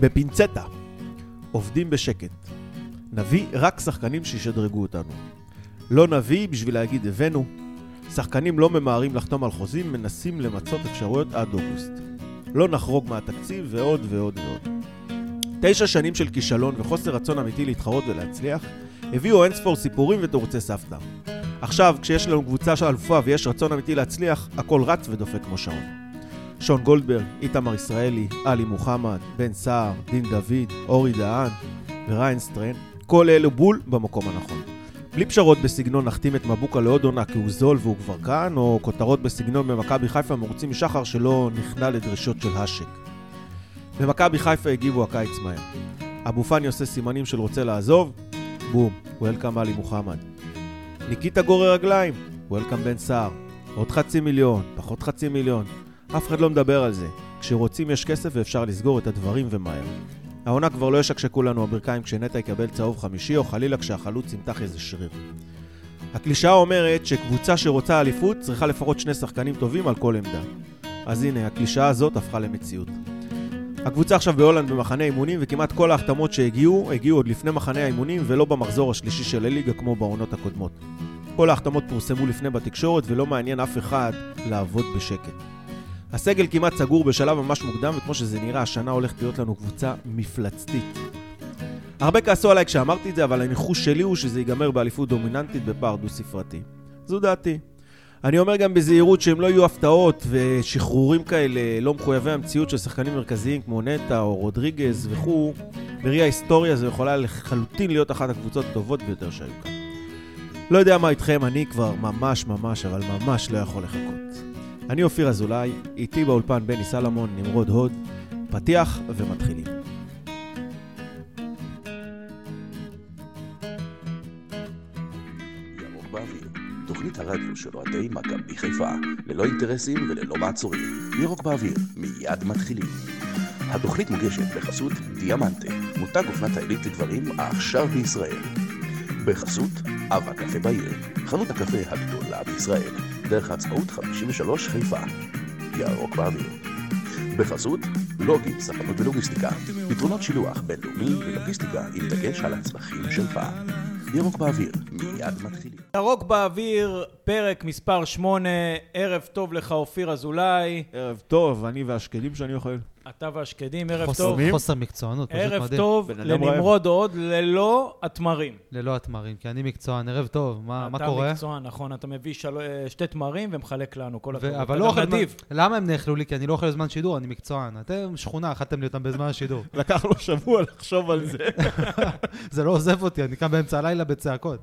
בפינצטה. עובדים בשקט. נביא רק שחקנים שישדרגו אותנו. לא נביא בשביל להגיד הבאנו. שחקנים לא ממהרים לחתום על חוזים, מנסים למצות אפשרויות עד אוגוסט. לא נחרוג מהתקציב ועוד ועוד ועוד. תשע שנים של כישלון וחוסר רצון אמיתי להתחרות ולהצליח, הביאו אינספור סיפורים ותירוצי סבתא. עכשיו, כשיש לנו קבוצה של אלופה ויש רצון אמיתי להצליח, הכל רץ ודופק כמו שעון. שון גולדברג, איתמר ישראלי, עלי מוחמד, בן סער, דין דוד, אורי דהן וריין סטרן, כל אלו בול במקום הנכון. בלי פשרות בסגנון נחתים את מבוקה לעוד עונה כי הוא זול והוא כבר כאן, או כותרות בסגנון במכבי חיפה מורצים משחר שלא נכנע לדרישות של השק. במכבי חיפה הגיבו הקיץ מהר. אבו פאני עושה סימנים של רוצה לעזוב, בום, וולקאם עלי מוחמד. ניקיטה גורר רגליים, וולקאם בן סער. עוד חצי מיליון, פחות חצי מיליון. אף אחד לא מדבר על זה. כשרוצים יש כסף ואפשר לסגור את הדברים ומהר. העונה כבר לא ישקשקו לנו הברכיים כשנטע יקבל צהוב חמישי, או חלילה כשהחלוץ ימתח איזה שריר. הקלישאה אומרת שקבוצה שרוצה אליפות צריכה לפחות שני שחקנים טובים על כל עמדה. אז הנה, הקלישאה הזאת הפכה למציאות. הקבוצה עכשיו בהולנד במחנה אימונים, וכמעט כל ההחתמות שהגיעו, הגיעו עוד לפני מחנה האימונים, ולא במחזור השלישי של הליגה כמו בעונות הקודמות. כל ההחתמות פורסמו לפני בתקשורת, ולא מעניין אף אחד לעבוד בשקט. הסגל כמעט סגור בשלב ממש מוקדם, וכמו שזה נראה, השנה הולכת להיות לנו קבוצה מפלצתית. הרבה כעסו עליי כשאמרתי את זה, אבל הניחוש שלי הוא שזה ייגמר באליפות דומיננטית בפער דו-ספרתי. זו דעתי. אני אומר גם בזהירות שהם לא יהיו הפתעות ושחרורים כאלה לא מחויבי המציאות של שחקנים מרכזיים כמו נטע או רודריגז וכו'. בראי ההיסטוריה זו יכולה לחלוטין להיות אחת הקבוצות הטובות ביותר שהיו כאן. לא יודע מה איתכם, אני כבר ממש ממש, אבל ממש לא יכול לחכות. אני אופיר אזולאי, איתי באולפן בני סלמון, נמרוד הוד, פתיח ומתחילים. ירוק באוויר, תוכנית הרדיו של אוהדי מכבי חיפה, ללא אינטרסים וללא מעצורים. ירוק באוויר, מיד מתחילים. התוכנית מוגשת בחסות דיאמנטה, מותג אופנת העילית לדברים העכשיו בישראל. בחסות אב הקפה בעיר, חנות הקפה הגדולה בישראל, דרך העצמאות 53 חיפה. ירוק באוויר. בחסות לוגי, ספנות ולוגיסטיקה, פתרונות שילוח בינלאומי ולוגיסטיקה עם דגש על הצרכים שלך. ירוק באוויר, מיד מתחילים. ירוק באוויר, פרק מספר 8, ערב טוב לך אופיר אזולאי, ערב טוב, אני והשקדים שאני אוכל. אתה והשקדים, ערב חוסר- טוב. חוסר מקצוענות, פשוט ערב מדהים. טוב בן אדם לנמרוד הוד ללא התמרים. ללא התמרים, כי אני מקצוען, ערב טוב, אה, מה מה אתה קורה? מקצוען, נכון, אתה מביא של... אה, שתי תמרים ומחלק לנו כל ו- הכבוד. אבל אתה לא גם אוכל... נדיב. למה הם נאכלו לי? כי אני לא אוכל בזמן שידור, אני מקצוען. אתם שכונה, אכלתם לי אותם בזמן השידור. לקח לו שבוע לחשוב על זה. זה לא עוזב אותי, אני קם באמצע הלילה בצעקות.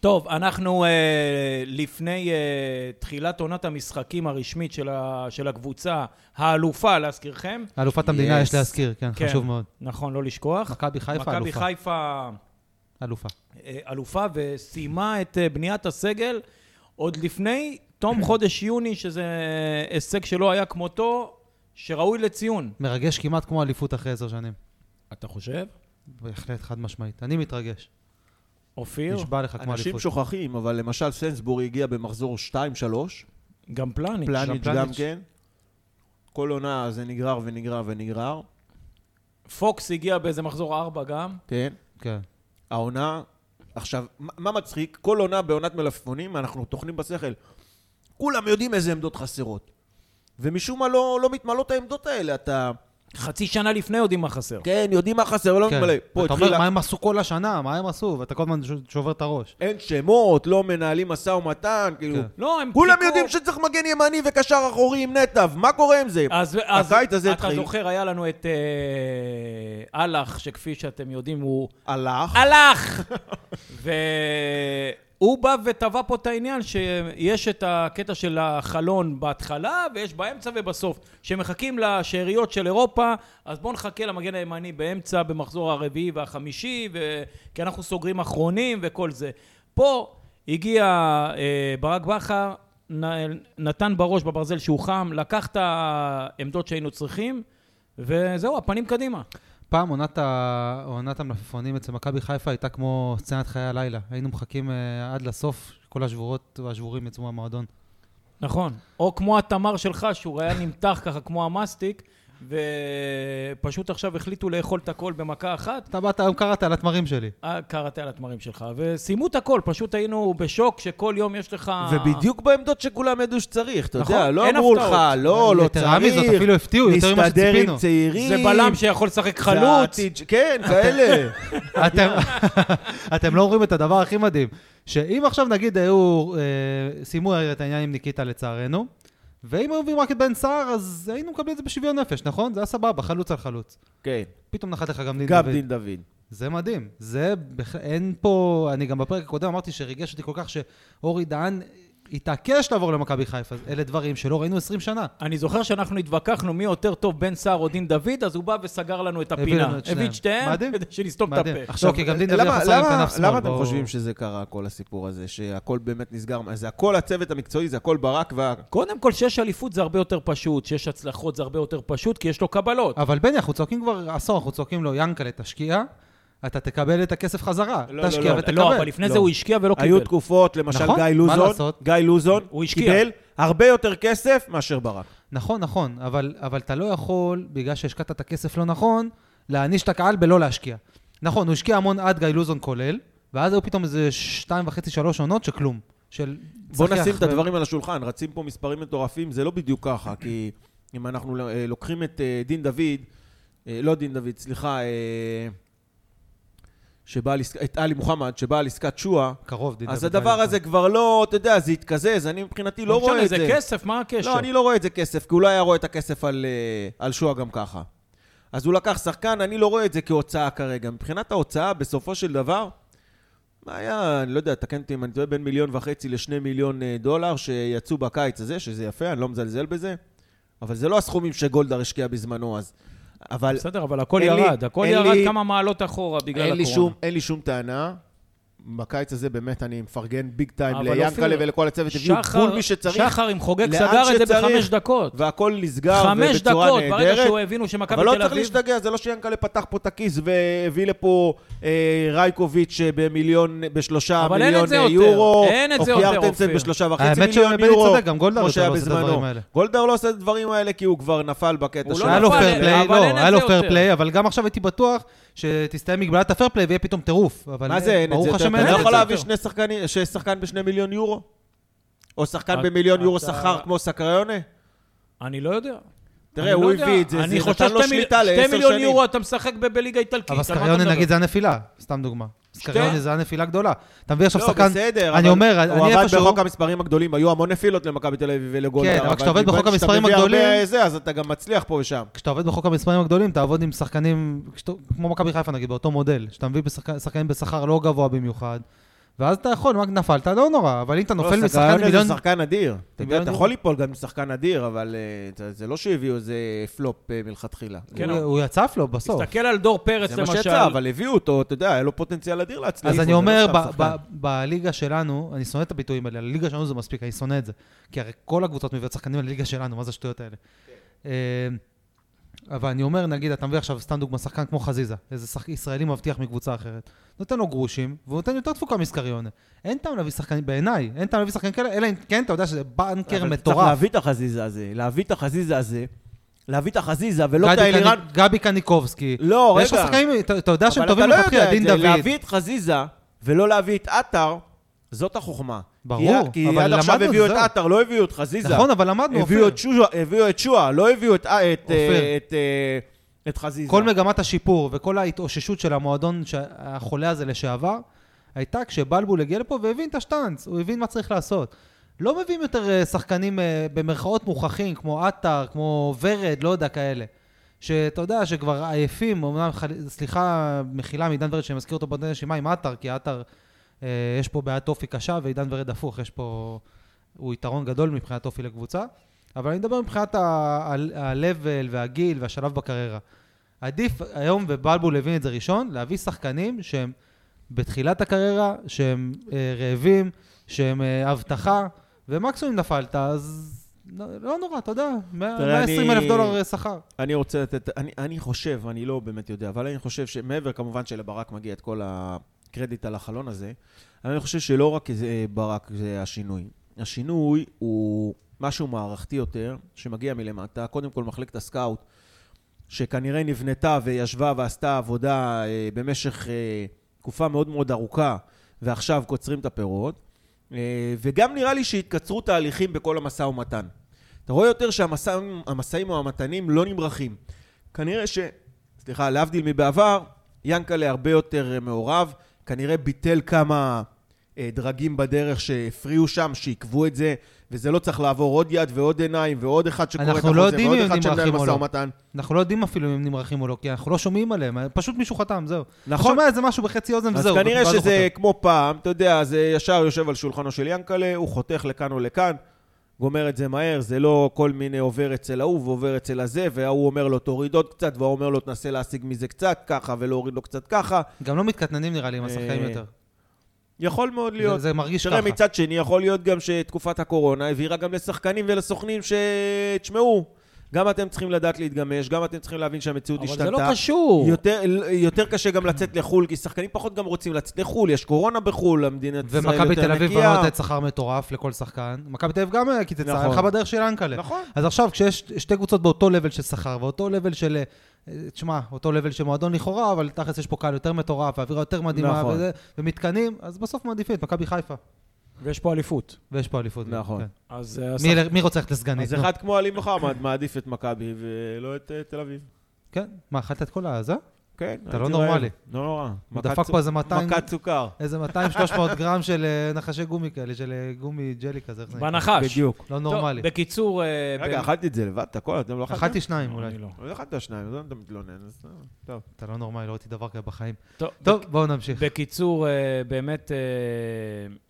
טוב, אנחנו אה, לפני אה, תחילת עונת המשחקים הרשמית של, ה... של הקבוצה, האלופה, להזכירכם. אלופת המדינה Yes. יש להזכיר, כן, כן. חשוב מאוד. נכון, לא לשכוח. מכבי חיפה, מכבי אלופה. חיפה... אלופה. אה, אלופה וסיימה את אה, בניית הסגל עוד לפני תום חודש יוני, שזה אה, הישג שלא היה כמותו, שראוי לציון. מרגש כמעט כמו אליפות אחרי עשר שנים. אתה חושב? בהחלט, חד משמעית. אני מתרגש. אופיר, נשבע לך כמו אנשים אליפות. שוכחים, אבל למשל סנסבורי הגיע במחזור 2-3, גם פלניץ'. פלניץ' פלניץ'. גם כן. כל עונה זה נגרר ונגרר ונגרר, פוקס הגיע באיזה מחזור ארבע גם. כן. כן. העונה, עכשיו, מה מה מצחיק? כל עונה בעונת מלפפונים, אנחנו טוחנים בשכל. כולם יודעים איזה עמדות חסרות. ומשום מה לא, לא מתמלאות העמדות האלה, אתה... חצי שנה לפני יודעים מה חסר. כן, יודעים מה חסר, אבל לא כן. מתמלא. פה אתה אומר, התחילה... מה הם עשו כל השנה? מה הם עשו? ואתה כל הזמן ש- שובר את הראש. אין שמות, לא מנהלים משא ומתן, כאילו... כן. לא, הם כולם חיכו- יודעים שצריך מגן ימני וקשר אחורי עם נטב, מה קורה עם זה? אז, אז הקיץ הזה אתה התחיל. זוכר, היה לנו את אה, אהלך, שכפי שאתם יודעים הוא הלך, הלך! והוא בא וטבע פה את העניין שיש את הקטע של החלון בהתחלה ויש באמצע ובסוף. כשמחכים לשאריות של אירופה, אז בואו נחכה למגן הימני באמצע במחזור הרביעי והחמישי, ו... כי אנחנו סוגרים אחרונים וכל זה. פה הגיע אה, ברק בכר, נ- נתן בראש בברזל שהוא חם, לקח את העמדות שהיינו צריכים, וזהו, הפנים קדימה. פעם עונת, ה... עונת המלפפונים אצל מכבי חיפה הייתה כמו סצנת חיי הלילה. היינו מחכים uh, עד לסוף, כל השבורות והשבורים יצאו מהמועדון. נכון. או כמו התמר שלך, שהוא היה נמתח ככה כמו המסטיק, ופשוט עכשיו החליטו לאכול את הכל במכה אחת. אתה באת, היום קראת על התמרים שלי. אה, קראתי על התמרים שלך, וסיימו את הכל, פשוט היינו בשוק שכל יום יש לך... ובדיוק בעמדות שכולם ידעו שצריך, אתה אה. נכון, יודע, לא אין אמרו הפתעות. לך, לא, לא צריך, יתרה מזאת, אפילו הפתיעו יותר ממה נסתדר עם שציפינו. צעירים, זה בלם שיכול לשחק זה חלוץ. העתיד ש- כן, כאלה. אתם- אתם לא אומרים את הדבר הכי מדהים, שאם עכשיו נגיד היו, אה, סיימו את העניין עם ניקיטה לצערנו, ואם היו מביאים רק את בן סער, אז היינו מקבלים את זה בשוויון נפש, נכון? זה היה סבבה, חלוץ על חלוץ. כן, פתאום נחת לך גם דין גם דוד. דין דוד. זה מדהים. זה, בכ- אין פה, אני גם בפרק הקודם אמרתי שריגש אותי כל כך שאורי דהן התעקש לעבור למכבי חיפה. אלה דברים שלא ראינו 20 שנה. אני זוכר שאנחנו התווכחנו מי יותר טוב, בן סער או דין דוד, אז הוא בא וסגר לנו את הביא לנו הפינה. את הביא שניהם. את שתיהם, מדהים. כדי שנסתום את מדהים. הפה. עכשיו, כי גם דין דוד למה- חסר עם למה- כנף שמאל. למה אתם בואו- חושבים שזה קרה, כל הסיפור הזה, שהכל באמת נסגר? זה הכל הצוות המקצועי, זה הכל ברק וה... קודם כל, שיש אליפות זה הרבה יותר פשוט, שיש הצלחות זה הרבה יותר פשוט, כי יש לו קבלות. אבל בני, אנחנו צועקים כבר עשור, אנחנו צועקים לו, ינקלה, תשקיע, אתה תקבל את הכסף חזרה. לא, לא, תשקיע לא. ותקבל. לא, אבל לפני לא. זה הוא השקיע ולא היו קיבל. תקופות, למשל נכון, גיא מה לוזון, לעשות? גיא לוזון, הוא השקיע. קיבל הרבה יותר כסף מאשר ברק. נכון, נכון, אבל, אבל אתה לא יכול, בגלל שהשקעת את הכסף לא נכון, להעניש את הקהל בלא להשקיע. נכון, הוא השקיע המון עד גיא לוזון כולל, ואז היו פתאום איזה שתיים וחצי, שלוש עונות שכלום. של... בוא צחיח נשים את ו- הדברים על השולחן, רצים פה מספרים מטורפים, זה לא בדיוק ככה, כי אם אנחנו ל- אה, לוקחים את אה, דין דוד, אה, לא דין דוד, סליחה, אה, שבא על עסק- את עלי מוחמד, שבא על עסקת שואה, קרוב, דין אז דוד הדבר היה הזה כבר לא, אתה יודע, זה התקזז, אני מבחינתי לא רואה את זה. לא משנה, זה כסף, מה הקשר? לא, אני לא רואה את זה כסף, כי הוא לא היה רואה את הכסף על, אה, על שואה גם ככה. אז הוא לקח שחקן, אני לא רואה את זה כהוצאה כרגע. מבחינת ההוצאה, בסופו של דבר, מה היה, אני לא יודע, תקן אותי אם אני טועה, בין מיליון וחצי לשני מיליון אה, דולר שיצאו בקיץ הזה, שזה יפה, אני לא מזלזל בזה, אבל זה לא הסכומים שגולדהר השקיע בזמנו אז. אבל בסדר, אבל הכל אין לי- ירד, הכל אין ירד לי- כמה מעלות אחורה בגלל אין לי, שום, הקורונה. אין לי שום טענה. בקיץ הזה באמת אני מפרגן ביג טיים אבל ליאנקלה אופיר, ולכל הצוות, הביאו שחר- כל מי שצריך, שחר עם חוגג לאן סגר את זה שצריך, בחמש דקות. והכל נסגר חמש ובצורה דקות, נהדרת. ברגע שהוא הבינו שמכבי אבל לא תל צריך אביב... להשתגע, זה לא שיאנקלה פתח פה את הכיס והביא לפה אה, רייקוביץ' אה, במיליון, בשלושה אבל אין את מיליון זה אה, יותר. יורו, אין את זה או יותר, קיארטנסן אופיר. בשלושה וחצי האמת מיליון שבני יורו, צודק, גם גולדהר כמו יותר שהיה לא עושה את בזמנו. הדברים האלה. גולדהר לא עושה את הדברים האלה כי הוא כבר נפל בקטע הוא שלו. לא היה לו נפל, פייר פליי, אבל לא, אין את היה זה לו יותר. פייר פליי, אבל גם עכשיו הייתי בטוח שתסתיים מגבלת הפייר פליי ויהיה פתאום טירוף. אבל מה זה אין את זה? ברוך יותר? השם אתה לא אין את יכול זה. להביא שני שחקנים, ששחקן בשני מיליון יורו? או שחקן אתה- במיליון יורו אתה- שכר כמו סקריונה? אני לא יודע. תראה, אני לא הוא יודע. הביא את זה, אני זה חושב נתן לו שתי מיל- שליטה לעשר שנים. שתי מיליון יורו אתה משחק ב- בליגה האיטלקית. על אבל מה אתה סקריונה מדבר? נגיד זה הנפילה, סתם דוגמה. סקריונה זה הנפילה גדולה. אתה מביא עכשיו לא, שחקן, בסדר, אני אבל אומר, הוא אני עבד איפשהו, בחוק המספרים הגדולים, היו המון נפילות למכבי תל אביב ולגולדהר. כן, אבל כשאתה עובד בחוק מכיוון שאתה המספרים מביא הרבה הגדולים- זה, אז אתה גם מצליח פה ושם. כשאתה עובד בחוק המספרים הגדולים, תעבוד עם שחקנים, כשאתה- כמו מכבי חיפה נגיד, באותו מודל, שאתה מביא בשחק- שחקנים בשכר לא גבוה במיוחד, ואז אתה יכול, רק נפלת, לא נורא, אבל אם אתה נופל לא, משחקן סקריונה מיליון... זה שחקן אדיר. אתה יודע, מיליון אתה יורו. יכול ליפול גם עם שחקן אדיר, אבל אה, אתה- זה לא שהביאו איזה פלופ אה, מלכתחילה. כן, הוא- אבל- הוא יצף לו בסוף. תסתכל על דור פרץ זה מה למשל. שיצא, אבל הביאו אותו, אתה יודע, היה לו פוטנציאל אדיר להצליח. אז זה אני לא אומר, סתם ב- שחקן. ב- בליגה שלנו, אני שונא את הביטויים האלה, לליגה שלנו זה מספיק, אני שונא את זה. כי הרי כל הקבוצות מביאות שחקנים לליגה שלנו, מה זה השטויות האלה? כן. אה, אבל אני אומר, נגיד, אתה מביא עכשיו סתם דוגמא, שחקן כמו חזיזה, איזה שחק- ישראלי מבטיח מקבוצה אחרת, נותן לו גרושים, והוא נותן יותר תפוקה מסקריונה. אין טעם להביא שחקנים, בעיניי, אין טעם להביא שחקנים כאלה, אלא אם כן, אתה יודע שזה בנקר אבל מטורף. צריך להביא את החזיזה הזה, להביא את החזיזה הזה, להביא את החזיזה, ולא את גדי האלירן. קני- גבי קניקובסקי. לא, יש לך רגע. שחקנים, אתה אתה יודע שהם אבל אתה טובים לא יודע מלכתחילה, את דין זה, דוד. להביא את חזיזה ולא להביא את עטר, זאת החוכמה. ברור, כי- כי אבל עד עכשיו למדנו, הביאו את זהו. עטר, לא הביאו את חזיזה. נכון, אבל למדנו, הביאו אופיר. את שועה- הביאו את שועה, לא הביאו את- אה, את, אה, אופיר. את, אה, את חזיזה. כל מגמת השיפור וכל ההתאוששות של המועדון שה- החולה הזה לשעבר, הייתה כשבלבול הגיע לפה והבין את השטאנץ, הוא הבין מה צריך לעשות. לא מביאים יותר אה, שחקנים אה, במרכאות מוכחים, כמו עטר, כמו ורד, לא יודע, כאלה. שאתה יודע, שכבר עייפים, אומנם, חל- סליחה, מחילה מעידן ורד, שאני מזכיר אותו באותה נשימה עם עטר, כי עטר, אה, יש פה בעיית אופי קשה, ועידן ורד הפוך, יש פה... הוא יתרון גדול מבחינת אופי לקבוצה. אבל אני מדבר מבחינת ה-level והגיל והשלב בקריירה. עדיף היום, ובלבול הבין את זה ראשון, להביא שחקנים שהם בתחילת הקריירה, שהם אה, רעבים, שהם אה, הבטחה, ומקסימום נפלת, אז לא, לא נורא, אתה יודע, מאה- תראה, 120 אני- אלף דולר אה, שכר. אני רוצה לתת, אני, אני חושב, אני לא באמת יודע, אבל אני חושב שמעבר כמובן שלברק מגיע את כל הקרדיט על החלון הזה, אבל אני חושב שלא רק זה אה, ברק זה השינוי. השינוי הוא משהו מערכתי יותר, שמגיע מלמטה. קודם כל מחלקת הסקאוט שכנראה נבנתה וישבה ועשתה עבודה אה, במשך אה, תקופה מאוד מאוד ארוכה, ועכשיו קוצרים את הפירות. אה, וגם נראה לי שהתקצרו תהליכים בכל המשא ומתן. אתה רואה יותר שהמשאים או המתנים לא נמרחים. כנראה ש... סליחה, להבדיל מבעבר, ינקלה הרבה יותר אה, מעורב, כנראה ביטל כמה אה, דרגים בדרך שהפריעו שם, שעיכבו את זה, וזה לא צריך לעבור עוד יד ועוד עיניים ועוד אחד שקורא את אנחנו לא החוזה יודעים ועוד אם הם אחד שמנהל נמרחים או משא לא. ומתן. אנחנו לא יודעים אפילו אם נמרחים או לא, כי אנחנו לא שומעים עליהם, פשוט מישהו חתם, זהו. נכון. שומע איזה משהו בחצי אוזן אז וזהו. כנראה ואז הוא שזה כמו פעם, אתה יודע, זה ישר יושב על שולחנו של ינקלה, הוא חותך לכאן או לכאן, גומר את זה מהר, זה לא כל מיני עובר אצל ההוא ועובר אצל הזה, וההוא אומר לו תוריד עוד קצת, וההוא אומר לו תנסה להשיג מזה קצת ככה ולהוריד לו קצת ככה. חותם. גם לא מתקטננים נראה לי עם השחקנים אה, יותר. יכול מאוד להיות. זה מרגיש תראה, ככה. מצד שני, יכול להיות גם שתקופת הקורונה העבירה גם לשחקנים ולסוכנים ש... תשמעו, גם אתם צריכים לדעת להתגמש, גם אתם צריכים להבין שהמציאות אבל השתנתה. זה לא קשור. יותר, יותר קשה גם לצאת לחו"ל, כי שחקנים פחות גם רוצים לצאת לחו"ל, יש קורונה בחו"ל, המדינת ישראל יותר ומכבי נקייה. תל אביב לא כבר נותנת שכר מטורף לכל שחקן. מכבי תל אביב גם אה, קיצצה, נכון. הלכה בדרך של ינקלה. נכון. אז עכשיו, כשיש שתי קבוצות באותו לבל של שכר, ואותו לבל של... אה, תשמע, אותו לבל של מועדון לכאורה, אבל תכלס יש פה קהל יותר מטורף, ואווירה יותר מדהימה, נכון. וזה- ומתקנים, אז בסוף מעדיפים את מכבי חיפה. ויש פה אליפות. ויש פה אליפות. נכון. כן. אז אה, השחק- מי אלה- מי רוצה ללכת לסגנית? אז נו. אחד כמו עלי מוחמד מעדיף את מכבי ולא את אה, תל אביב. כן? מה, אכלת את כל הזה? כן, אתה לא הייתי רעב. נורמלי. לא נורא. הוא מכת דפק סוכ- פה איזה 200... מכת סוכר. איזה 200-300 גרם של אה, נחשי גומי כאלה, של אה, גומי ג'לי כזה. איך זה נקרא? בנחש. בדיוק. לא טוב, נורמלי. בקיצור... אה, רגע, ב- אכלתי את זה לבד, את הכל, אתם לא אכלתם? אכלתי שניים לא, אולי. אני לא. לא אכלת שניים, אז אתה מתלונן, אז טוב. אתה לא נורמלי, לא ראיתי דבר כזה בחיים. טוב, טוב, בואו נמשיך. בקיצור, אה, באמת,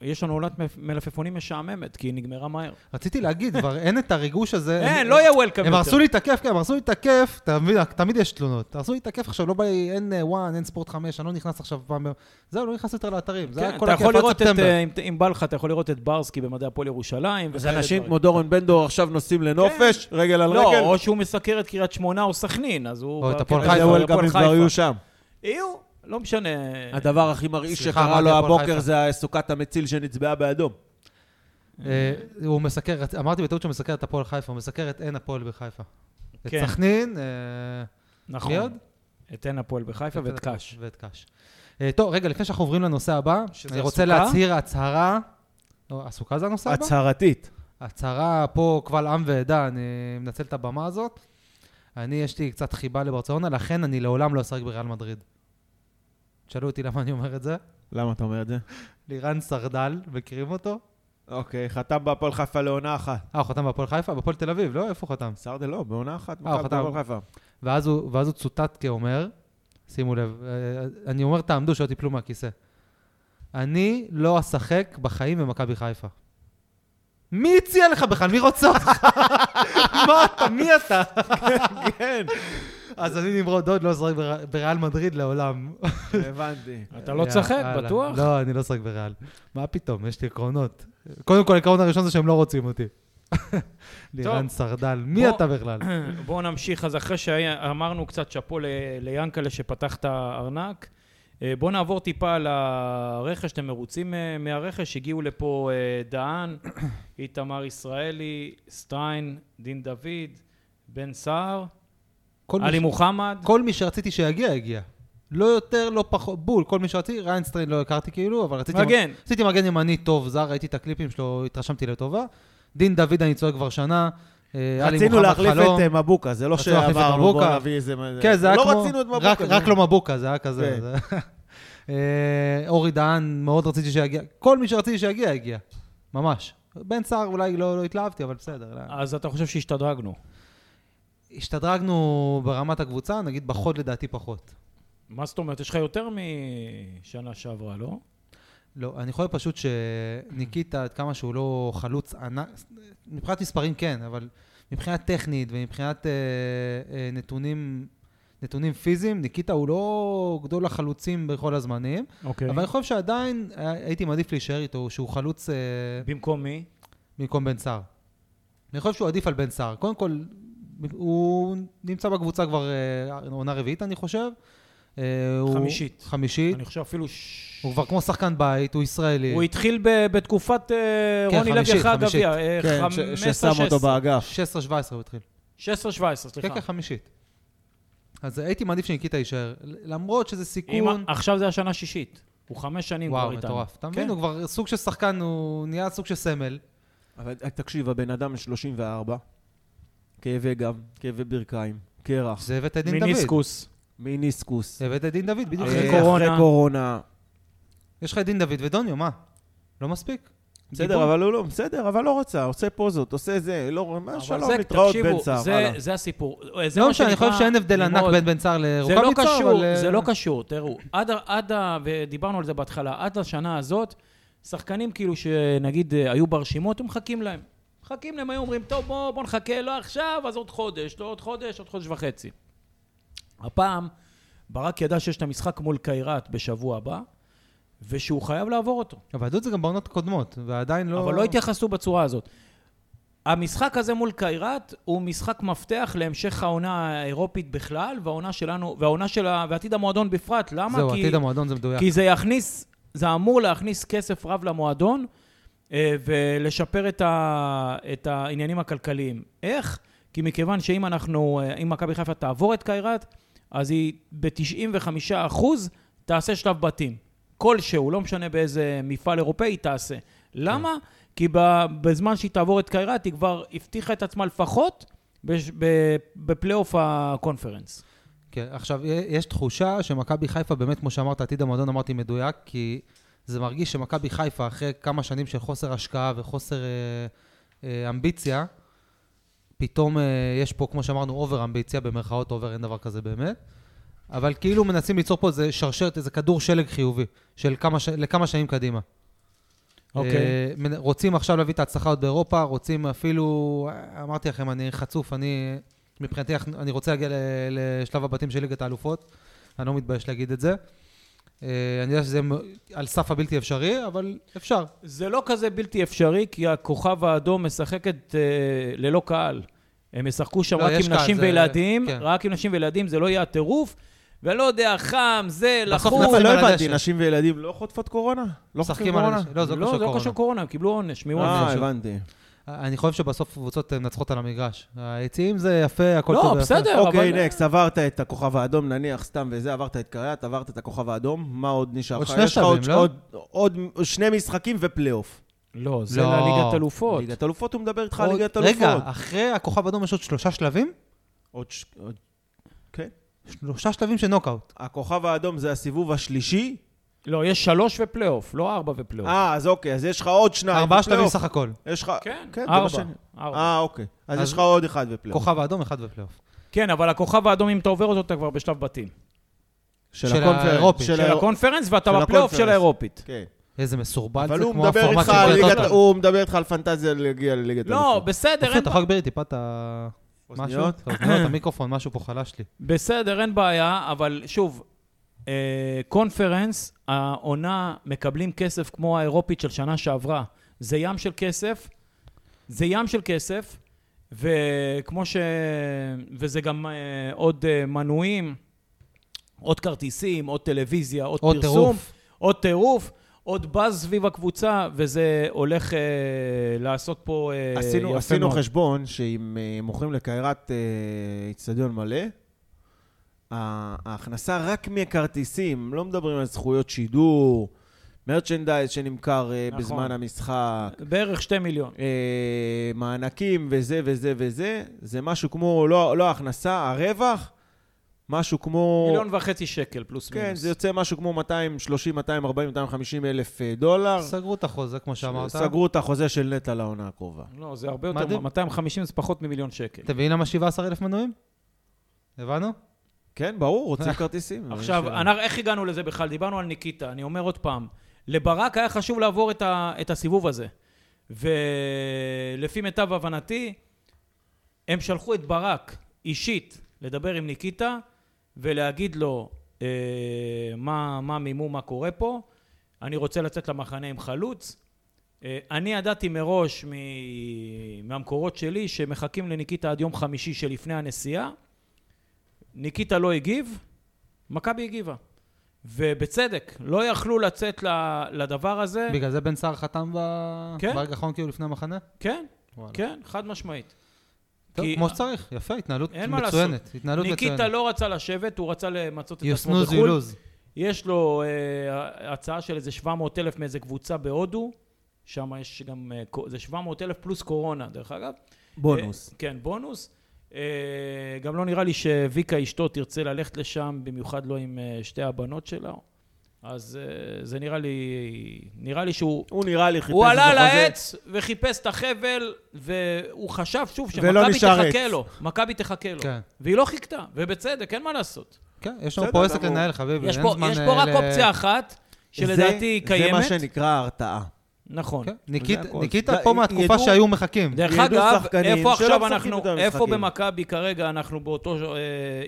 אה, יש לנו עולת מ- מלפפונים משעממת, כי היא נגמרה מהר. רציתי להגיד, כבר אין את הריגוש הזה. אין, לא יהיה וולקאם יותר. אה, הם הרסו לי את הכיף, כן, הם הרסו לי את הכיף, אתה מבין, תמיד יש תלונות. הרסו לי את הכיף עכשיו, לא בא לי, אין אה, וואן, אין ספורט חמש, אני לא נכנס עכשיו פעם... ב- זהו, לא נכנס יותר לאתרים. זה כן, היה כל אתה הכיף יכול עד לראות את, ספטמבר. אה, אם ת- אם בא לך, אתה יכול לראות את ברסקי במדעי הפועל ירושלים. אז וכאלה אנשים דברים. כמו דורון בן דור עכשיו נוסעים לנופש, רגל על לא, רגל, או שהוא מסקר את קריית שמונה או סכנין, אז הוא... או את הפועל כן, אז חיפה. זהו, הפועל הם גם הם כבר חיפה. יהיו שם. יהיו, לא משנה. הדבר הכי מרעיש סליחה, שקרה אמרתי לו הפועל הבוקר חיפה. זה סוכת המציל שנצבעה באדום. אה, הוא מסקר, אמרתי בטעות שהוא מסקר את הפועל חיפה, הוא מסקר את אין הפועל בחיפה. את כן. סכנין, אה, נכון. מי עוד? את עין הפועל בחיפה ואת קאש. ואת קאש. אה, טוב, רגע, לפני שאנחנו עוברים לנושא הבא, שזה אני רוצה הסוכה? להצהיר הצהרה. לא, הסוכה זה הנושא הבא? הצהרתית. הצהרה פה קבל עם ועדה, אני מנצל את הבמה הזאת. אני, יש לי קצת חיבה לברצלונה, לכן אני לעולם לא אשחק בריאל מדריד. תשאלו אותי למה אני אומר את זה. למה אתה אומר את זה? לירן סרדל, מכירים אותו? אוקיי, חתם בהפועל חיפה לעונה אחת. אה, הוא חתם בהפועל חיפה? בהפועל תל אביב, לא? איפה הוא חתם? סרדל לא, בעונה אחת. אה, הוא מכבי חתם. הפועל חיפה. ואז הוא, ואז הוא צוטט כאומר, שימו לב, אה, אני אומר תעמדו שלא תיפלו מהכיסא. אני לא אשחק בחיים במכבי חיפה. מי הציע לך בכלל? מי רוצה אותך? מה אתה? מי אתה? כן, אז אני נמרוד דוד לא אשחק בר- בריאל מדריד לעולם. הבנתי. אתה לא תשחק, יאללה. בטוח? לא, אני לא אשחק בריאל. מה פתאום, יש לי עקרונות. קודם כל, העיקרון הראשון זה שהם לא רוצים אותי. לירן סרדל, מי בוא- אתה בכלל? בואו נמשיך. אז אחרי שאמרנו קצת שאפו ל- ליאנקלה שפתח את הארנק, אה, בואו נעבור טיפה על הרכש. אתם מרוצים אה, מהרכש? הגיעו לפה אה, דהן, איתמר ישראלי, סטריין, דין דוד, בן סער, כל מי עלי ש- מוחמד. כל מי שרציתי שיגיע, הגיע. לא יותר, לא פחות, בול, כל מי שרציתי, ריינסטריין לא הכרתי כאילו, אבל רציתי... מגן. רציתי מגן ימני טוב, זר, ראיתי את הקליפים שלו, התרשמתי לטובה. דין דוד אני צועק כבר שנה. אה, עלי רצינו מוחמד להחליף חלום. את אה, מבוקה, זה לא רצינו להחליף את שאמרנו, בוא מבוקה. נביא איזה... כן, זה היה לא כמו... רצינו את מבוקה. רק, זה- רק לא מבוקה, זה היה כזה. כן. זה- אה, אורי דהן, מאוד רציתי שיגיע. כל מי שרציתי שיגיע, הגיע. ממש. בן סער אולי לא, לא התלהבתי, אבל בסדר. אה. לא. אז אתה חושב שהשתדרגנו. השתדרגנו ברמת הקבוצה, נגיד בחוד לדעתי פחות. מה זאת אומרת? יש לך יותר משנה שעברה, לא? לא, אני חושב פשוט שניקיטה, עד כמה שהוא לא חלוץ ענק, מבחינת מספרים כן, אבל מבחינה טכנית ומבחינת אה, אה, נתונים, נתונים פיזיים, ניקיטה הוא לא גדול החלוצים בכל הזמנים, אוקיי. אבל אני חושב שעדיין אה, הייתי מעדיף להישאר איתו, שהוא חלוץ אה, במקום מי? במקום בן סער. אני חושב שהוא עדיף על בן סער. קודם כל, הוא נמצא בקבוצה כבר אה, עונה רביעית, אני חושב. אה, הוא- חמישית. חמישית. אני חושב אפילו... ש- אה? הוא כבר כמו שחקן בית, הוא ישראלי. הוא התחיל ב- בתקופת אה, כן, רוני לוי חמישית, אחרי חמישית. הגביע. אה, כן, ש- 15, ששם אותו 16. באגף. 16-17 הוא התחיל. 16-17, כן, סליחה. כן, חמישית. אז הייתי מעדיף שניקיטה יישאר. למרות שזה אם- סיכון... עכשיו זה השנה השישית. הוא חמש שנים כבר וואו, איתנו. מטורף. אתה כן. מבין? הוא כבר סוג של שחקן, הוא נהיה סוג של סמל. אבל אה, תקשיב, הבן אדם 34, כאבי גב, כאבי ברכיים, קרח, זה הבאת את דין דוד. מיניסקוס. מיניסקוס. זה הבאת את דין דוד, בדיוק. אחרי אה, קורונה. אחרי קורונה. יש לך את דין דוד ודוניו, מה? לא מספיק? בסדר, גיבור. אבל הוא לא, בסדר, אבל לא רצה, עושה פוזות, עושה זה, לא, מה אבל שלום, זה, להתראות תקשיבו, בן סער, זה- הלאה. זה הסיפור. זה לא מה משנה, אני שנקרא חושב שאין הבדל ענק ללמוד. בין בן סער זה לא לרוקאביצה, אבל... קשור, אה, זה לא קשור, תראו, עד, ה- עד ה... ודיברנו על זה בהתחלה, עד השנה הזאת, שחקנים כאילו שנגיד אה, היו ברשימות, הם מחכים להם. מחכים להם, היו אומרים, טוב, בוא, בוא נחכה, לא עכשיו, אז עוד חודש, לא עוד חודש, עוד חודש וחצי. הפעם, ברק ידע שיש את המשחק מול קיירת בשבוע הבא, ושהוא חייב לעבור אותו. אבל ידעו את זה גם בעונות קודמות, ועדיין לא... אבל לא התייחסו בצורה הזאת. המשחק הזה מול קיירת הוא משחק מפתח להמשך העונה האירופית בכלל, והעונה שלנו, והעונה של ה... ועתיד המועדון בפרט. למה? זהו, כי, עתיד המועדון זה מדויק. כי זה יכניס, זה אמור להכניס כסף רב למועדון אה, ולשפר את, ה, את העניינים הכלכליים. איך? כי מכיוון שאם אנחנו, אה, אם מכבי חיפה תעבור את קיירת, אז היא ב-95% תעשה שלב בתים. כלשהו, לא משנה באיזה מפעל אירופאי היא תעשה. למה? כי ב- בזמן שהיא תעבור את קיירת, היא כבר הבטיחה את עצמה לפחות בש- ב- בפלייאוף הקונפרנס. כן, עכשיו, יש תחושה שמכבי חיפה, באמת, כמו שאמרת, עתיד המועדון אמרתי מדויק, כי זה מרגיש שמכבי חיפה, אחרי כמה שנים של חוסר השקעה וחוסר אה, אה, אמביציה, פתאום אה, יש פה, כמו שאמרנו, אובר אמביציה, במרכאות אובר, אין דבר כזה באמת, אבל כאילו מנסים ליצור פה איזה שרשרת, איזה כדור שלג חיובי, של כמה, ש... לכמה שנים קדימה. אוקיי. אה, מנ- רוצים עכשיו להביא את ההצלחה עוד באירופה, רוצים אפילו, אה, אמרתי לכם, אני חצוף, אני מבחינתי, אנחנו- אני רוצה להגיע ל- לשלב הבתים של ליגת האלופות, אני לא מתבייש להגיד את זה. אה, אני יודע שזה מ- על סף הבלתי אפשרי, אבל אפשר. זה לא כזה בלתי אפשרי, כי הכוכב האדום משחקת אה, ללא קהל. הם ישחקו שם לא, רק יש עם קהל, נשים זה- וילדים, כן. רק עם נשים וילדים, זה לא יהיה הטירוף. ולא יודע, חם, זה, בסוף לחוץ. נפל אבל לא על הדשא. הבנתי, נשים וילדים לא חוטפות קורונה? לא חוטפים משחקים על לא, קורונה? אנשים. לא, זה לא לא, קשור זה לא קורונה. קשור קורונה, הם קיבלו עונש, מוונש. אה, הבנתי. אני חושב שבסוף קבוצות אה, מנצחות על המגרש. היציעים זה יפה, הכל לא, טוב. ויפה. בסדר, אבל... אוקיי, נקסט, עברת את הכוכב האדום, נניח, סתם וזה, עברת את קריית, עברת את הכוכב האדום, מה עוד נשאר עוד לך? שני יש לך שלבים, עוד- לא? עוד- עוד שני משחקים ופלייאוף. לא, זה לא. לליגת אלופות. ליגת אלופות, הוא מדבר איתך על עוד- ליגת רגע, אלופות. אחרי הכוכב האדום יש עוד שלושה שלבים? עוד ש- עוד- כן. שלושה שלבים של נוקאוט. הכוכב האדום זה הסיבוב השלישי. לא, יש שלוש ופלייאוף, לא ארבע ופלייאוף. אה, אז אוקיי, אז יש לך עוד שניים. ארבעה שלבים בפלייאוף. סך הכל. יש לך... כן, זה מה ארבע. שאני- ארבע. אה, אוקיי. אז אז- יש לך עוד אחד בפלייאוף. כוכב האדום, אחד בפלייאוף. כן, אבל הכוכב האדום, אם אתה עובר אותו, אתה כבר בשלב בתים. של הקונפרנס, האירופי. של של האיר- הקונפרנס, ואתה של בפלייאוף של הקונפרנס. האירופית. כן. איזה מסורבל זה, אבל הוא כמו מדבר הפורמט איתך של על כל ליגת... הזמן. הוא מדבר איתך על פנטזיה להגיע לליגת לא, אלופות. בסדר, אופיר, אין אתה בעיה. יכול להגביר לי טיפה את ה... משהו? אוזניות? את האוזניות, המיקרופון, משהו פה חלש לי. בסדר, אין בעיה, אבל שוב, אה, קונפרנס, העונה, מקבלים כסף כמו האירופית של שנה שעברה. זה ים של כסף, זה ים של כסף, וכמו ש... וזה גם אה, עוד אה, מנויים, עוד כרטיסים, עוד טלוויזיה, עוד, עוד פרסום, טירוף. עוד טירוף, עוד באז סביב הקבוצה, וזה הולך אה, לעשות פה אה, עשינו, יפה עשינו מאוד. חשבון שאם אה, מוכרים לקיירת אה, איצטדיון מלא, ה- ההכנסה רק מכרטיסים, לא מדברים על זכויות שידור, מרצ'נדייז שנמכר אה, נכון. בזמן המשחק, בערך שתי מיליון. אה, מענקים וזה וזה וזה, זה משהו כמו, לא, לא ההכנסה, הרווח, משהו כמו... מיליון וחצי שקל פלוס כן, מינוס. זה יוצא משהו כמו 230, 240, 250 אלף אה, דולר. סגרו את החוזה, כמו שאמרת. סגרו את החוזה של נטע לעונה הקרובה. לא, זה הרבה יותר, מדהים. 250 זה פחות ממיליון שקל. אתם מבינים למה 17,000 מנויים? הבנו? כן, ברור, רוצים כרטיסים. עכשיו, אה, אנחנו- איך הגענו לזה בכלל? דיברנו על ניקיטה, אני אומר עוד פעם, לברק היה חשוב לעבור את ה- את הסיבוב הזה. ולפי מיטב הבנתי, הם שלחו את ברק אישית לדבר עם ניקיטה ולהגיד לו אה, מה, מה מימו, מה קורה פה. אני רוצה לצאת למחנה עם חלוץ. אה, אני ידעתי מראש מ... מהמקורות שלי שמחכים לניקיטה עד יום חמישי שלפני הנסיעה. ניקיטה לא הגיב, מכבי הגיבה. ובצדק, לא יכלו לצאת ל- לדבר הזה. בגלל זה בן סער חתם ב- כן. ברגע האחרון כאילו לפני המחנה? כן, וואלה. כן, חד משמעית. טוב, כי- כמו שצריך, יפה, התנהלות אין מה מצוינת. לעשות. התנהלות מצוינת. ניקיטה לא רצה לשבת, הוא רצה למצות את You עצמו snooze, you בחו"ל. lose. יש לו אה, הצעה של איזה 700 אלף מאיזה קבוצה בהודו, שם יש גם, אה, קו- זה 700 אלף פלוס קורונה, דרך אגב. בונוס. אה, כן, בונוס. אה, גם לא נראה לי שוויקה אשתו תרצה ללכת לשם, במיוחד לא עם אה, שתי הבנות שלה. אז אה, זה נראה לי, נראה לי שהוא... הוא נראה לי חיפש הוא עלה על איזה חוזה. העץ וחיפש את החבל, והוא חשב שוב ולא שמכבי נשאר תחכה עץ. לו. מכבי תחכה לו. כן. והיא לא חיכתה, ובצדק, אין מה לעשות. כן, יש לנו בסדר, פה עסק גמור. לנהל, חביבי. יש אין פה, זמן, יש אה, פה רק ל- אופציה אחת, שלדעתי זה- זה קיימת. מה שנקרא הרתעה. נכון. כן, ניקית- זה הכל. ניקיטה ד- פה מהתקופה ידעו- שהיו מחכים. דרך ידעו אגב, שחקנים איפה שלא עכשיו משחקים אנחנו, יותר איפה משחקים. במכבי כרגע אנחנו באותו, אה,